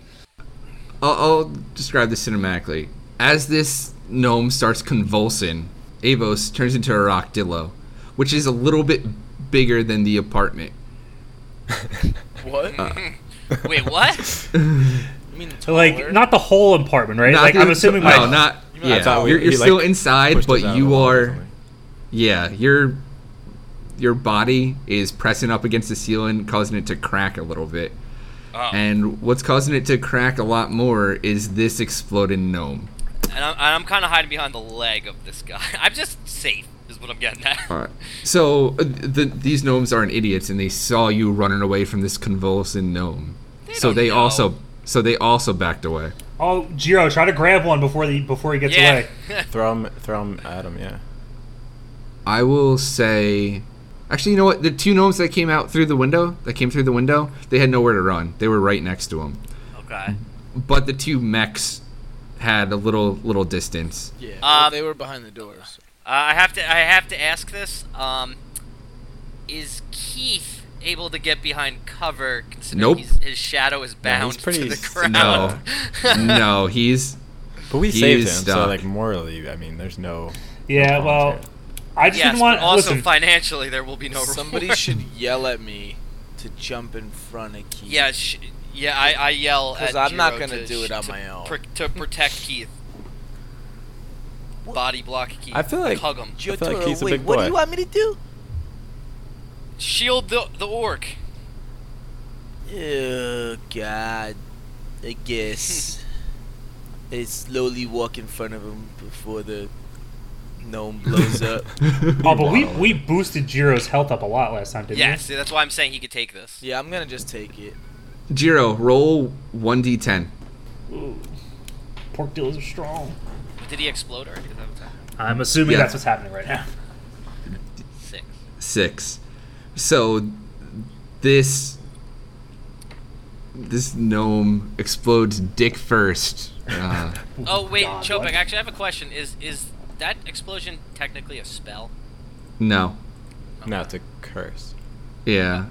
A: I'll, I'll describe this cinematically. As this gnome starts convulsing, Avos turns into a rockdillo, which is a little bit bigger than the apartment.
E: (laughs)
D: Uh-uh.
E: What?
C: those. Wait, what?
E: I mean, taller?
B: Like not the whole apartment, right?
A: Not
B: like
A: the-
B: I'm assuming my
A: No, not.
E: mean, I
A: Yeah,
D: thought we-
A: you're, you're
D: he, like,
A: still inside,
D: Pushed us
A: but
D: out of
A: you
D: the wall or
A: are.
D: something.
A: Yeah, your your body is pressing up against the ceiling, causing it to crack a little bit.
C: Oh. And,
A: And what's causing it to crack a lot more is this exploding gnome.
C: I'm, and I'm kind of hiding behind the leg of this guy. (laughs) I'm just safe, is what I'm getting at.
A: All right. So uh, the, these gnomes aren't idiots, and they saw you running away from this convulsing gnome. so
C: don't
A: they
C: know.
A: also so they also backed away.
B: oh Jiro, try to grab one before the before he gets
C: yeah.
B: away.
C: (laughs)
D: Throw him, throw him at him. Yeah.
A: I will say, actually, you know what? The two gnomes that came out through the window, that came through the window, they had nowhere to run. They were right next to him.
C: okay.
A: But the two mechs had a little little distance.
E: Yeah. well,
C: Um,
E: they were behind the (laughs) doors.
C: Uh, I have to. I have to ask this. Um, is Keith able to get behind cover? Considering
A: Nope.
C: he's- his shadow is bound
D: he's pretty
C: to the
D: s-
C: (laughs) ground.
A: no, he's
D: But we
A: He
D: saved him,
A: is
D: so
A: stuck.
D: like morally, I mean, there's no.
B: Yeah,
D: no
B: well,
D: commentary.
B: I just
C: yes,
B: didn't want.
C: but also
B: listen,
C: financially, there will be no.
E: Somebody
C: reward.
E: should yell at me to jump in front of Keith.
C: (laughs) Yeah. Sh- yeah. I, I yell
E: 'Cause
C: at.
E: I'm not
C: Jiro
E: gonna
C: to
E: do
C: sh-
E: it on
C: to
E: my own.
C: pr- to protect
E: (laughs)
C: Keith. Body block Keith.
D: I feel like-
C: hug him.
E: Gio
D: I feel like
E: Toro,
D: he's a
E: wait,
D: big
E: what do
D: boy.
E: you want me to do?
C: Shield the the orc.
E: Oh God, I (laughs) guess I slowly walk in front of him before the gnome blows (laughs) up.
B: oh, but we we boosted Jiro's health up a lot last time, didn't
C: Yes. That's why I'm saying he could take this.
E: Yeah, I'm gonna just take it.
A: Jiro. Roll one d10.
B: we? Ooh, pork dealers are strong.
C: Did he explode already? Is that what's happening?
B: I'm assuming
A: Yeah.
B: that's what's happening right now.
C: Six.
A: six. So this this gnome explodes dick first. Uh,
C: (laughs) Oh wait,
B: God,
C: Chopek,
B: what?
C: actually I have a question. Is is that explosion technically a spell?
A: no,
D: No, it's a curse.
A: yeah,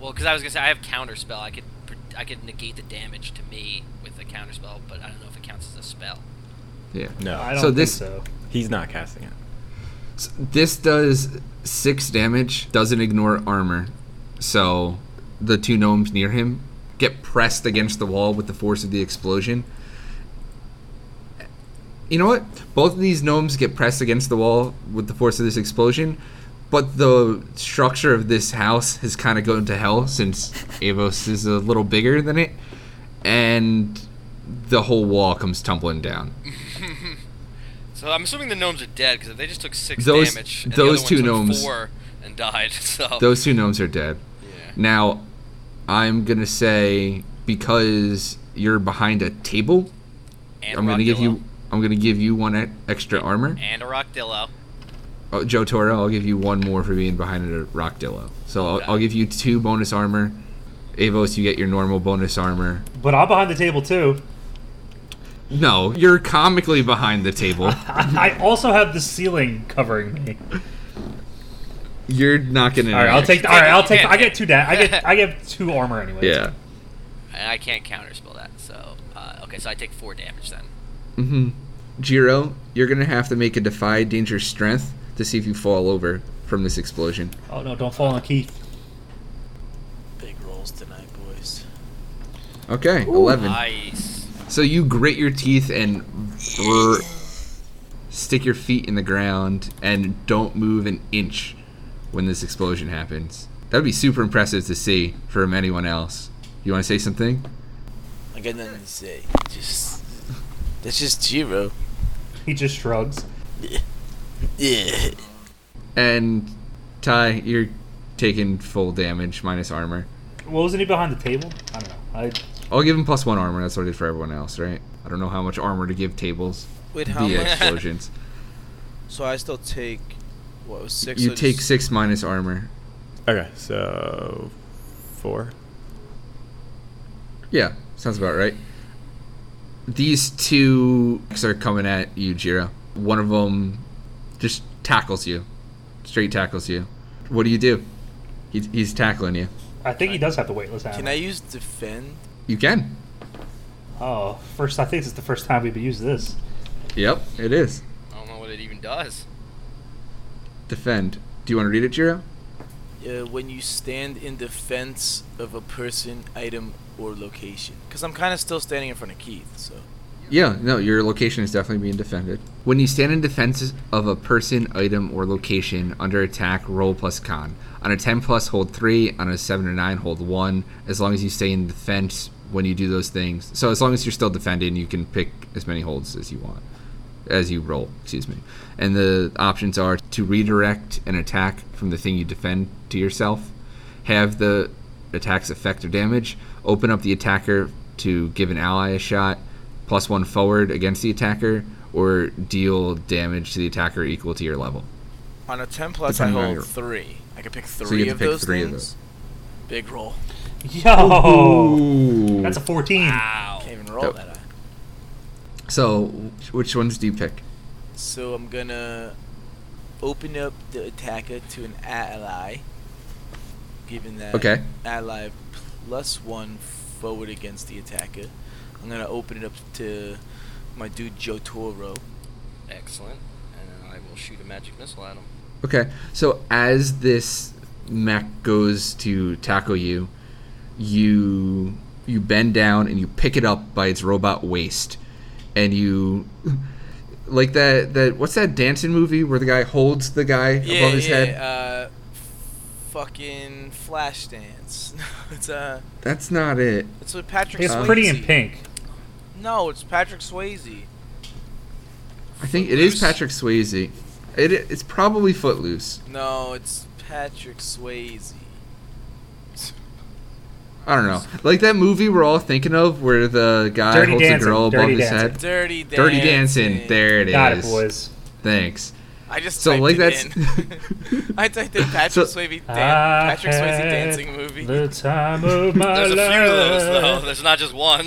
C: Well, because I was gonna say I have counter spell. I could pr- I could negate the damage to me with a counter spell, but I don't know if it counts as a spell.
A: yeah.
D: No,
B: I don't
A: So
B: think
A: this-
B: so.
D: he's not casting it.
A: S- This does six damage. Doesn't ignore armor. So the two gnomes near him get pressed against the wall with the force of the explosion. You know what? Both of these gnomes get pressed against the wall with the force of this explosion, but the structure of this house has kind of gone to hell since Avos is a little bigger than it, and the whole wall comes tumbling down.
C: So I'm assuming the gnomes are dead because they just took six
A: Those-
C: damage. And
A: those
C: the other
A: two
C: one took
A: gnomes-
C: Four and died. (laughs) So.
A: Those two gnomes are dead.
C: Yeah.
A: Now, I'm gonna say because you're behind a table,
C: And
A: I'm gonna give
C: Rockdillo.
A: you. I'm gonna give you one e- extra armor.
C: And a rockdillo.
A: Oh, Joe Toro, I'll give you one more for being behind a Rockdillo. So I'll, I'll give you two bonus armor. Avos, you get your normal bonus armor.
B: But I'm behind the table too.
A: No, you're comically behind the table.
B: (laughs) I also have the ceiling covering me.
A: You're not gonna.
B: All right, I'll take. All right, I'll take. I get two. Da- I get. I get two armor anyway.
A: (laughs) Yeah.
C: And I can't counterspell that. So uh, okay, so I take four damage then.
A: Mm-hmm. Jiro, you're gonna have to make a defy danger strength to see if you fall over from this explosion.
B: Oh no! Don't fall on Keith.
E: Big rolls tonight, boys.
A: Okay, eleven.
C: Nice.
A: So you grit your teeth and brr- stick your feet in the ground and don't move an inch when this explosion happens. That would be super impressive to see from anyone else. You want to say something?
E: I got nothing to say. Just that's just Jiro.
B: He just shrugs.
E: Yeah.
A: And Ty, you're taking full damage minus armor.
B: Well, wasn't he behind the table? I don't know. I
A: I'll give him plus one armor. That's what I did for everyone else, right? I don't know how much armor to give tables
E: Wait, how
A: via
E: much? (laughs)
A: explosions.
E: So I still take what was six?
A: you
E: so
A: take
E: just-
A: six minus armor.
D: Okay, so four.
A: Yeah, sounds about right. These two are coming at you, Jiro. One of them just tackles you, straight tackles you. What do you do? He's, he's tackling you.
B: I think he does have the weightless hammer.
E: Can I use defend?
A: You can.
B: Oh, first I think it's the first time we've used this.
A: Yep, it is.
C: I don't know what it even does.
A: Defend. Do you want to read it, Jiro?
E: Uh, when you stand in defense of a person, item, or location. Because I'm kind of still standing in front of Keith, so.
A: Yeah, no, your location is definitely being defended. When you stand in defense of a person, item, or location under attack, roll plus con. On a 10 plus, hold 3. On a 7 or 9, hold 1. As long as you stay in defense when you do those things. So, as long as you're still defending, you can pick as many holds as you want. As you roll, excuse me. And the options are to redirect an attack from the thing you defend to yourself, have the attack's effect or damage, open up the attacker to give an ally a shot, plus one forward against the attacker, or deal damage to the attacker equal to your level.
E: On a 10 plus,
A: Depending
E: I
A: on
E: hold
A: your-
E: three. I can pick three
A: you get
E: of
A: to pick
E: those
A: three of
E: things.
A: those.
E: Big roll.
B: Yo,
A: Ooh.
B: Oh! that's a fourteen.
C: Wow.
E: Can't even roll
A: Dope.
E: that high.
A: so, which ones do you pick?
E: So I'm gonna open up the attacker to an ally, giving that
A: Okay.
E: ally plus one forward against the attacker. I'm gonna open it up to my dude Joe Toro.
C: Excellent. And I will shoot a magic missile at him.
A: Okay, so as this mech goes to tackle you, you you bend down and you pick it up by its robot waist, and you like that that what's that dancing movie where the guy holds the guy
E: Yeah,
A: above his
E: yeah.
A: head?
E: Uh, fucking flash (laughs) dance. it's uh,
A: That's not it.
E: it's with Patrick.
B: It's
E: Swayze.
B: pretty in pink.
E: No, it's Patrick Swayze.
A: I think it is
E: Footloose?
A: Patrick Swayze. It, it's probably Footloose.
E: No, it's Patrick Swayze.
A: I don't know. Like that movie we're all thinking of where the guy
B: Dirty
A: holds
B: Dancing,
A: a girl above
B: Dirty
A: his
B: Dancing.
A: head.
E: Dirty dancing.
A: Dirty Dancing. There it is.
B: Got it, boys.
A: Thanks.
E: I just
A: So
E: typed
A: like
E: it
A: that's (laughs)
E: in. (laughs) I typed in Patrick
A: So-
E: Swayze dan-
B: I
E: Patrick Swayze
B: had
E: dancing movie.
B: The time
E: (laughs)
B: of my
C: There's a few of those though.
B: life.
C: (laughs) There's not just one.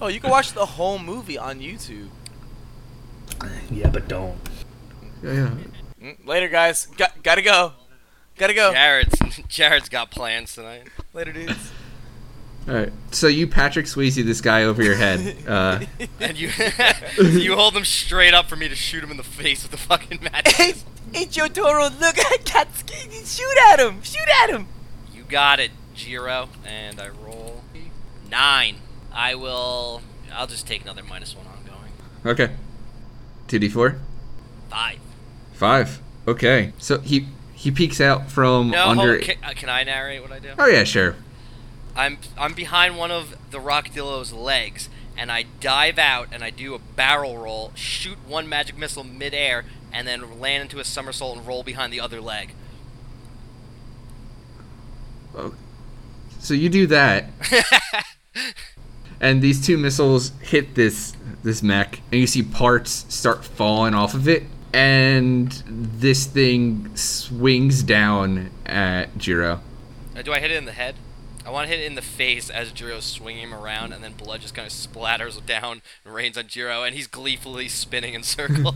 E: Oh, you can watch the whole movie on YouTube.
B: Yeah, but don't.
A: Yeah.
E: Mm, Later, guys. Got, gotta go. Gotta
A: Oh.
E: go.
C: Jared's Jared's got plans tonight.
E: Later, dudes.
A: All right. So you Patrick Swayze this guy over your
E: (laughs)
A: head. Uh,
C: And you (laughs) you hold them straight up for me to shoot him in the face with the fucking
A: (laughs)
C: magic
E: hey,
C: missile.
E: hey, Joe Toro, look, I got skinny. Shoot at him. Shoot at him.
C: You got it, Jiro. And I roll. Nine. I will. I'll just take another minus one ongoing.
A: Okay. 2d4?
C: Five.
A: 5. Okay. So he he peeks out from
C: No, hold
A: under.
C: on, Can, uh, can I narrate what I do?
A: oh, yeah, sure.
C: I'm I'm behind one of the Rockdillo's legs, and I dive out and I do a barrel roll, shoot one magic missile midair, and then land into a somersault and roll behind the other leg.
A: Oh. So you do
E: (laughs)
A: that, and these two missiles hit this this mech, and you see parts start falling off of it, and this thing swings down at Jiro.
C: Uh, do I hit it in the head? I want to hit it in the face as Jiro's swinging him around, and then blood just kind of splatters (laughs) down and rains on Jiro, and he's gleefully spinning in
E: (laughs)
C: circles.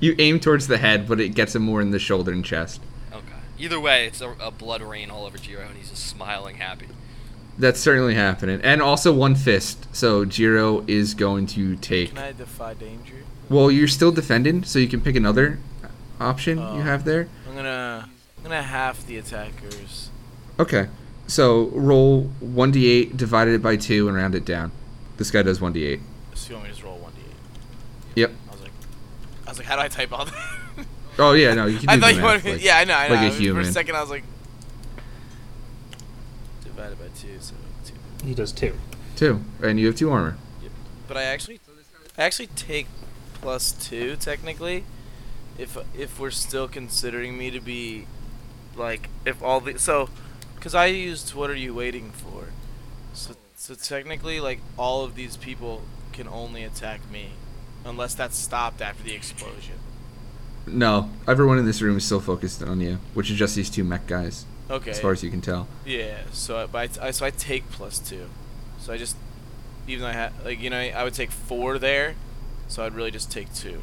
A: You aim towards the head, but it gets him more in the shoulder and chest.
C: okay. Either way, it's a, a blood rain all over Jiro, and he's just smiling happy.
A: That's certainly happening, and also one fist. So Jiro is going to take.
E: Can I defy danger?
A: Well, you're still defending, so you can pick another option you
E: Oh.
A: have there.
E: I'm gonna, I'm gonna half the attackers.
A: Okay. So roll 1d8, divided it by 2, and round it down. This guy does 1d8.
E: So you want me to just roll one d8?
A: Yep.
E: I was like, I was like, how do I type all that? (laughs)
A: Oh, yeah, no, you can do
E: I
A: the
E: thought you
A: math,
E: wanted. me
A: like-
E: yeah, I know. I know.
A: like a
E: I was-
A: human.
E: For a second, I was like, divided by two, so two.
B: He does two.
A: Two. And you have two armor.
E: But I actually, I actually take plus two technically, if if we're still considering me to be, like, if all the so, because I used what are you waiting for, so so technically like all of these people can only attack me, unless that's stopped after the explosion.
A: No, everyone in this room is still focused on you, which is just these two mech guys,
E: Okay.
A: as far as you can tell.
E: Yeah, so I, but I, so I take plus two, so I just even though I had like you know I would take four there, so I'd really just take two.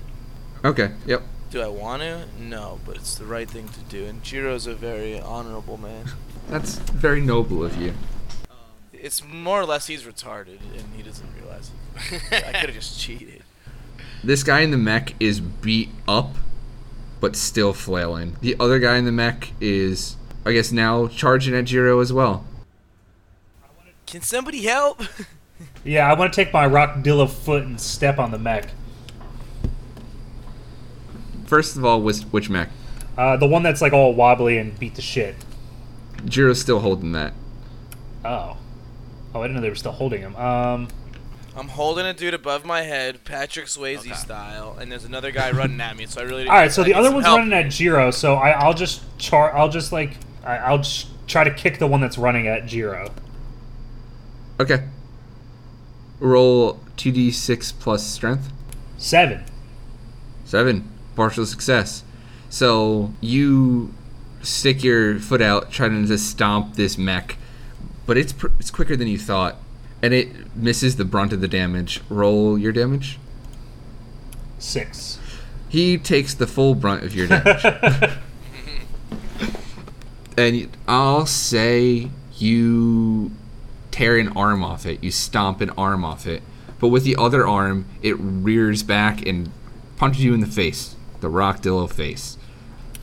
A: Okay, yep.
E: Do I want to? No, but it's the right thing to do. And Jiro's a very honorable man.
A: That's very noble of you.
E: It's more or less he's retarded and he doesn't realize it. I could have just cheated.
A: This guy in the mech is beat up, but still flailing. The other guy in the mech is, I guess, now charging at Jiro as well.
E: Can somebody help? (laughs)
B: Yeah, I want to take my Rockdillo foot and step on the mech.
A: First of all, which, which mech?
B: Uh, the one that's like all wobbly and beat to shit.
A: Jiro's still holding that.
B: Oh. Oh, I didn't know they were still holding him. Um,
E: I'm holding a dude above my head, Patrick Swayze
C: Okay.
E: style, and there's another guy running at me. So I really.
B: all right, so
E: I
B: the
E: need
B: other
E: some
B: one's
E: help.
B: running at Jiro, so I, I'll just char. I'll just like I, I'll just try to kick the one that's running at Jiro.
A: Okay. Roll 2d6 plus strength.
B: Seven.
A: Seven. Partial success. So you stick your foot out trying to stomp this mech, but it's pr- it's quicker than you thought, and it misses the brunt of the damage. Roll your damage.
B: Six. (laughs)
A: He takes the full brunt of your damage. and I'll say you tear an arm off it, you stomp an arm off it, but with the other arm, it rears back and punches you in the face, the Rockdillo face.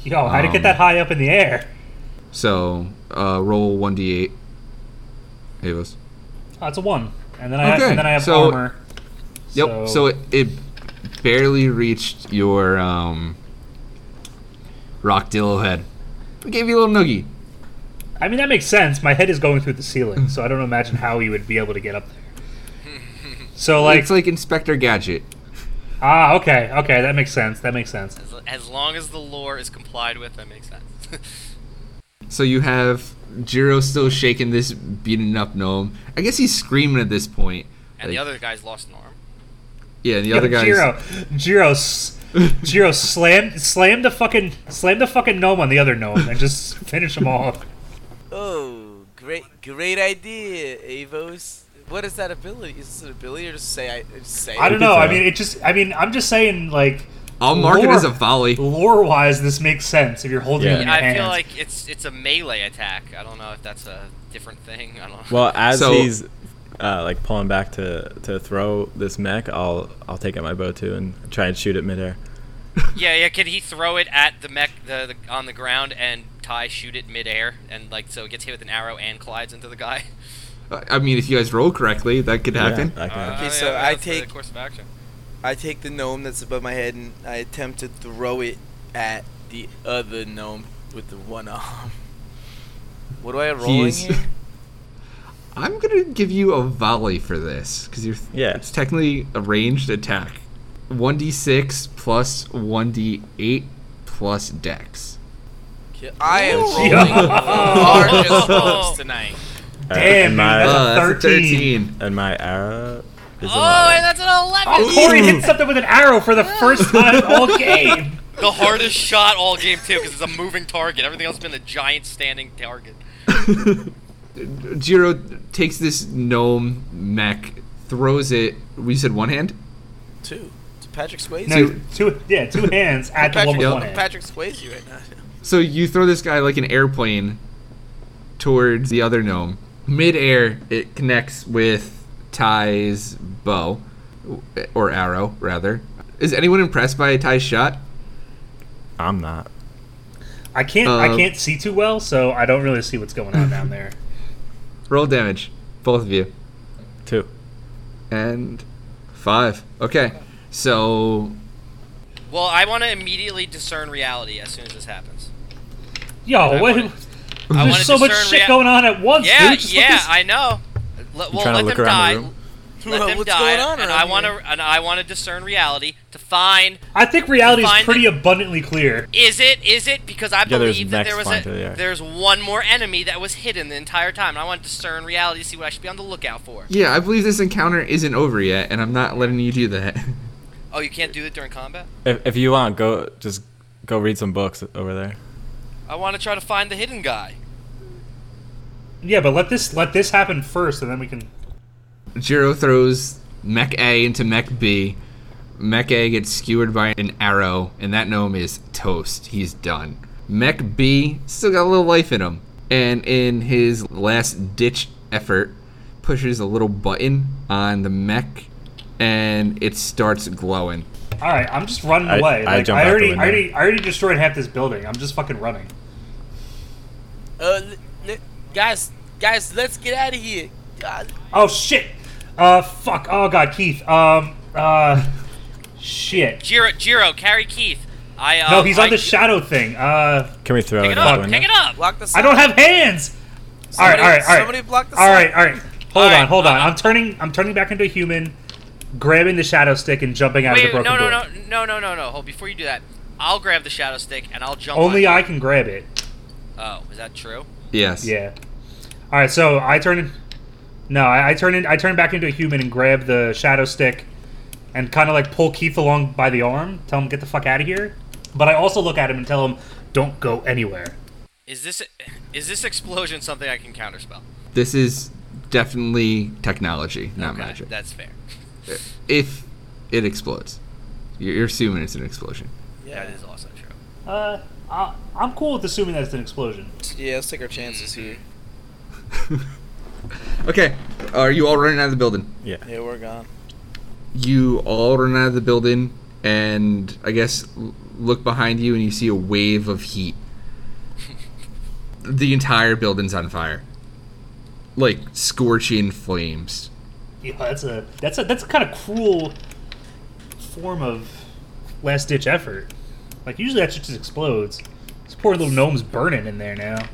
B: Yo, how'd it
A: Um,
B: get that high up in the air?
A: So uh, roll one d8. Avos.
B: Oh, it's a one, and then I have,
A: Okay,
B: and then I have
A: so-
B: armor.
A: Yep. So, it, it barely reached your um, Rockdillo head. We gave you a little noogie.
B: I mean that makes sense. My head is going through the ceiling, so I don't imagine how he would be able to get up there. So like,
A: it's like Inspector Gadget.
B: ah, okay, okay, that makes sense. That makes sense.
C: (laughs) As, as long as the lore is complied with, that makes sense. (laughs)
A: So you have Jiro still shaking this beaten up gnome. I guess he's screaming at this point.
C: and the other guy's lost an arm.
A: yeah, and the other guy.
B: Jiro, Jiro, s- Jiro slammed, slammed the fucking, slammed the fucking gnome on the other gnome, and just finish
A: (laughs)
B: them all. up.
E: Oh, great, great idea, Avos. What is that ability? Is this an ability or just say I just say?
B: I
E: it?
B: don't know. I mean, it just, I mean, I'm just saying, like,
A: I'll mark it
B: Lore-
A: as a volley.
B: lore-wise, this makes sense if you're holding
D: Yeah.
B: it in your
C: I
B: hands.
C: feel like it's it's a melee attack. I don't know if that's a different thing. I don't know.
D: Well, as
A: So-
D: he's uh, like pulling back to to throw this mech, I'll I'll take out my bow too and try and shoot it midair.
C: (laughs) yeah, yeah. Can he throw it at the mech the, the on
B: (laughs)
C: the ground and Ty shoot it midair and like so it gets hit with an arrow and collides into the guy?
A: (laughs) I mean, if you guys roll correctly, that could happen.
D: Yeah, that could
C: Uh,
D: happen.
E: Okay,
C: yeah,
E: so
C: that's
E: I
C: the
E: take-
C: course of action.
E: (laughs) I take the gnome that's above my head and I attempt to throw it at the other gnome with the one arm. What do I roll in
A: Jeez.
E: here?
A: (laughs) I'm gonna give you a volley for this because you're
D: Yeah.
A: It's technically a ranged attack. One d six plus one d eight plus dex.
E: Ki- I am
C: Ooh. (laughs)
E: rolling
B: Yeah.
E: largest rolls tonight.
D: Uh,
B: Damn,
D: and
B: dude,
D: my,
B: that's-
A: Uh, that's a
B: 13.
A: thirteen.
D: and my arrow is
C: Oh, and
D: alive.
C: that's an 11!
B: Oh, Corey hit something with an arrow for
C: (laughs)
B: the first time all game.
C: The hardest shot all game, too, because it's a moving target. Everything else has been a giant standing target.
A: Jiro takes this gnome mech, throws it. We said one hand.
E: Two. It's Patrick Swayze.
B: No, two, yeah,
D: (laughs)
B: two hands at the
E: Patrick,
B: one with
A: Yep.
B: one hand.
E: Patrick Swayze right now.
A: So you throw this guy like an airplane towards the other gnome. Mid-air, it connects with Ty's bow or arrow, rather. Is anyone impressed by Ty's shot?
D: I'm not.
B: I can't, I
A: Uh,
B: can't see too well, so I don't really see what's going on
D: (laughs)
B: down there.
A: Roll damage, both of you,
D: Two.
A: and five. Okay, so
C: Well, I want to immediately discern reality as soon as this happens.
B: Yo, what?
C: wanna- I wanna
B: there's so much
C: discern
B: shit
C: rea-
B: going on at once,
C: Yeah,
B: dude. Just let
C: yeah,
B: this-
C: I know. Let, well,
D: trying to
C: let
D: look
C: them
D: around the
C: die.
D: room?
E: (laughs)
C: Let them
E: What's
C: die,
E: going on
C: and
E: around
C: I want
E: here?
C: to, and I want to discern reality to find
B: I think reality is
C: Find
B: pretty abundantly clear.
C: Is it? Is it? Because I
D: Yeah, there's
C: believe that there was
D: next one
C: a,
D: to the-
C: there's one more enemy that was hidden the entire time, and I want to discern reality to see what I should be on the lookout for.
A: yeah, I believe this encounter isn't over yet, and I'm not letting you do that. (laughs)
C: Oh, you can't do that during combat.
D: If, if you want, go just go read some books over there.
C: I want to try to find the hidden guy.
B: Yeah, but let this let this happen first, and then we can.
A: Jiro throws Mech A into Mech B. Mech A gets skewered by an arrow, and that gnome is toast. He's done. Mech B still got a little life in him, and in his last ditch effort, pushes a little button on the mech, and it starts glowing.
B: All right, I'm just running
D: I-
B: away.
D: I
B: Like,
D: jump
B: I
D: out the
B: already,
D: window.
B: I already, I already destroyed half this building. I'm just fucking running.
E: Uh, l- l- guys, guys, let's get out of here. God,
B: Oh shit! Uh, fuck! Oh god, Keith. Um, uh, shit.
C: Jiro, Jiro, carry Keith. I um,
B: No, he's
C: I-
B: on the shadow thing. Uh,
D: Can we throw
C: Pick
D: it
C: it
D: out the
C: up!
D: window?
C: Pick it up!
E: block the.
B: I
E: Sign.
B: don't have hands. All right,
E: Somebody-
B: all right, all right.
E: Somebody block the.
B: All
E: sign.
B: right, all right. Hold
C: All right,
B: on, hold on.
C: uh,
B: I'm turning. I'm turning back into a human, grabbing the shadow stick and jumping out of
C: Wait,
B: the
C: no,
B: broken door.
C: no, no, no, no, no, no. Hold before you do that. I'll grab the shadow stick and I'll jump.
B: Only
C: on
B: I can grab it.
C: Oh, is that true?
A: Yes.
B: Yeah. All right, so I turn. In, no, I, I turn in. I turn back into a human and grab the shadow stick, and kind of like pull Keith along by the arm, tell him get the fuck out of here. But I also look at him and tell him don't go anywhere.
C: Is this is this explosion something I can counterspell?
A: This is definitely technology, not
C: Okay,
A: magic.
C: That's fair.
A: if it explodes, you're, you're assuming it's an explosion.
E: Yeah,
C: That is also true.
B: Uh, I, I'm cool with assuming that it's an explosion.
E: yeah. Let's take our
C: Mm-hmm.
E: chances here.
A: (laughs) Okay, are you all running out of the building?
D: Yeah.
E: Yeah, we're gone.
A: you all run out of the building and I guess l- look behind you and you see a wave of heat. the entire building's on fire. Like scorching flames.
B: Yeah, that's a that's a that's a kind of cruel form of last ditch effort. Like usually that shit just explodes. This poor little gnome's burning in there now.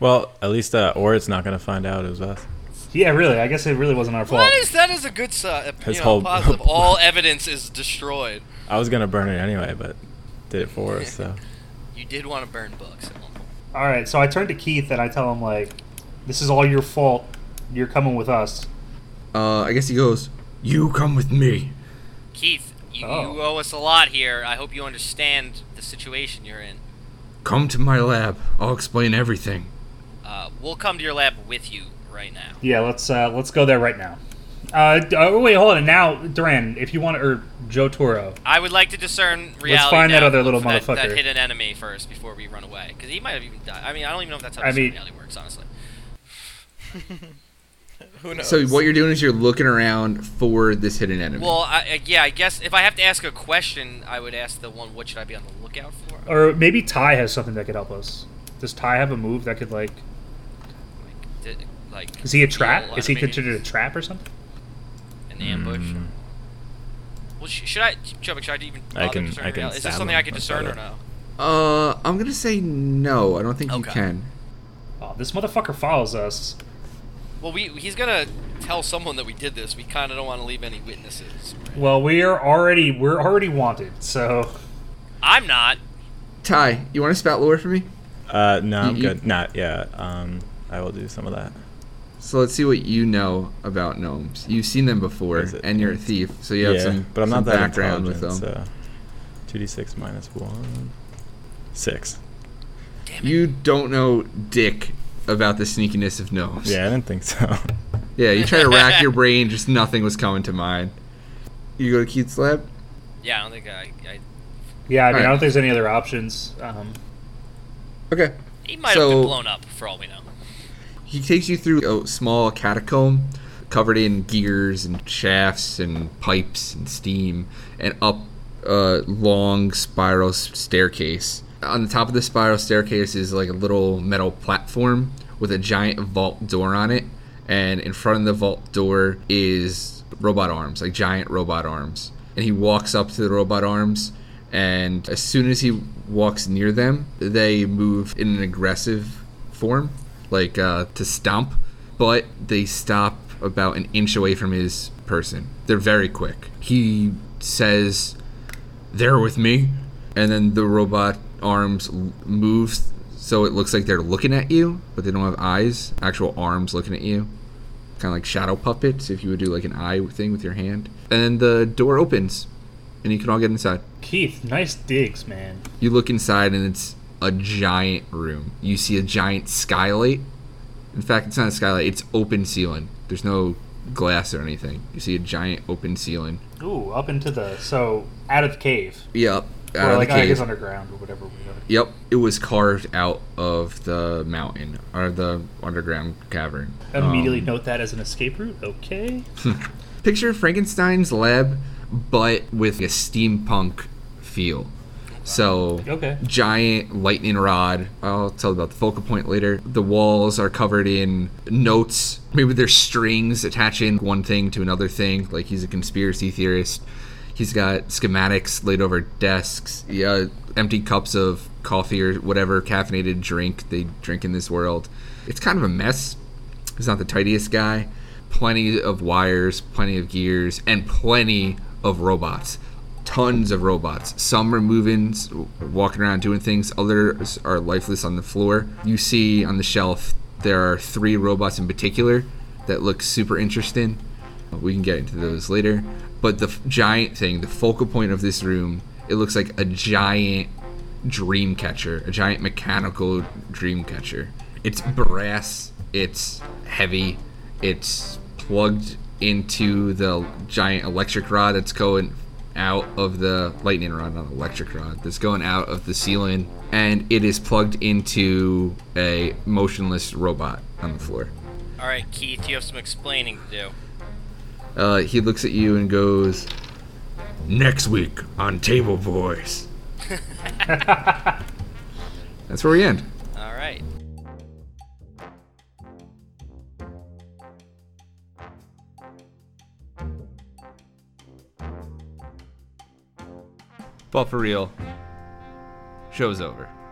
D: Well, at least uh, Orit's not gonna find out it was us.
B: Yeah, really. I guess it really wasn't our fault.
C: That is that is a good sign.
D: His
C: you know,
B: (laughs)
D: whole-
C: positive. All evidence is destroyed.
D: I was gonna burn it anyway, but did it for us.
C: (laughs)
D: So
C: You did want to burn books. at one point.
B: All right, so I turn to Keith and I tell him like, "This is all your fault. You're coming with us."
A: Uh, I guess he goes, You come with me.
C: Keith, you,
B: Oh.
C: you owe us a lot here. I hope you understand the situation you're in.
A: Come to my lab. I'll explain everything.
C: Uh, we'll come to your lab with you right now.
B: Yeah, let's uh, let's go there right now. Uh, d- uh, wait, hold on. Now, Duran, if you want, or Joe Toro.
C: I would like to discern reality.
B: find that
C: now.
B: other
C: Look
B: little
C: for that, That
B: motherfucker.
C: hidden enemy first before we run away, because he might have even died. I mean, I don't even know if that's how
B: I
C: discern
B: mean-
C: reality works, honestly.
E: Who knows?
A: So, what you're doing is you're looking around for this hidden enemy.
C: Well, I, I- yeah, I guess if I have to ask a question, I would ask the one, "What should I be on the lookout for?"
B: Or maybe Ty has something that could help us. Does Ty have a move that could like?
C: Like, did, like
B: Is he a
C: feel
B: trap? Is he
C: animated?
B: considered a Hmm. trap or something?
C: an ambush?
D: Mm.
C: Well, sh- should I, Chubbuck? Should I even?
D: I
C: bother
D: can-
C: discerning
D: I can
C: reality? Is this
D: stab
C: something
D: him
C: I can
D: much
C: discern or
D: better.
C: no?
A: Uh, I'm gonna say no. I don't think you
C: Okay.
A: can.
B: Oh, this motherfucker follows us.
C: Well, we he's gonna tell someone that we did this. We kind of don't want to leave any witnesses.
B: Well, we are already we're already wanted. So
C: I'm not.
A: Ty, you want to spout lore for me?
D: Uh, no, I'm
A: You- you-
D: good. Not yeah. Um, I will do some of that.
A: So let's see what you know about gnomes. You've seen them before,
D: Is it-
A: and you're a thief, so you have
D: yeah,
A: some,
D: but I'm not
A: some
D: that
A: background with them.
D: intelligent. So, two d six minus one, six.
C: Damn it.
A: You don't know dick about the sneakiness of gnomes.
D: Yeah, I didn't think so. (laughs)
A: Yeah, you try to rack your brain, just nothing was coming to mind. You go to Keith's lab?
C: Yeah, I don't think I. I
B: yeah, I mean, I
A: Alright.
B: don't think there's any other options. Um,
A: Okay.
C: he might have
A: So-
C: been blown up for all we know.
A: He takes you through a small catacomb covered in gears and shafts and pipes and steam and up a long spiral s- staircase. On the top of the spiral staircase is like a little metal platform with a giant vault door on it. And in front of the vault door is robot arms, like giant robot arms. And he walks up to the robot arms and as soon as he walks near them, they move in an aggressive form, like uh, to stomp, but they stop about an inch away from his person. They're very quick. He says, "They're with me," and then the robot arms l- moves so it looks like they're looking at you, but they don't have eyes. Actual arms looking at you kind of like shadow puppets if you would do like an eye thing with your hand and then the door opens and you can all get inside
B: Keith, nice digs, man.
A: you look inside and it's a giant room. You see a giant skylight. In fact, it's not a skylight, it's open ceiling. There's no glass or anything. You see a giant open ceiling.
B: Ooh, up into the so out of the cave
A: Yep.
B: or
A: Out of the
B: like I guess
A: cave.
B: underground or whatever. We are.
A: Yep. It was carved out of the mountain or the underground cavern.
B: Immediately
A: Um,
B: note that as an escape route. Okay.
A: Picture Frankenstein's lab, but with a steampunk feel. So
B: Okay.
A: giant lightning rod. I'll tell about the focal point later. The walls are covered in notes. Maybe there's strings attaching one thing to another thing. Like he's a conspiracy theorist. He's got schematics laid over desks. Yeah, empty cups of coffee or whatever caffeinated drink they drink in this world. It's kind of a mess. He's not the tidiest guy. Plenty of wires, plenty of gears, and plenty of robots tons of robots. Some are moving, s- walking around doing things. Others are lifeless on the floor. You see on the shelf there are three robots in particular that look super interesting. We can get into those later. But the f- giant thing, the focal point of this room, it looks like a giant dream catcher, a giant mechanical dream catcher. It's brass, it's heavy, it's plugged into the giant electric rod that's going out of the lightning rod, not electric rod, that's going out of the ceiling, and it is plugged into a motionless robot on the floor.
C: All right, Keith, you have some explaining to do.
A: Uh, he looks at you and goes, Next week on Table Boys. That's where we end.
C: All right.
A: But for real, show's over.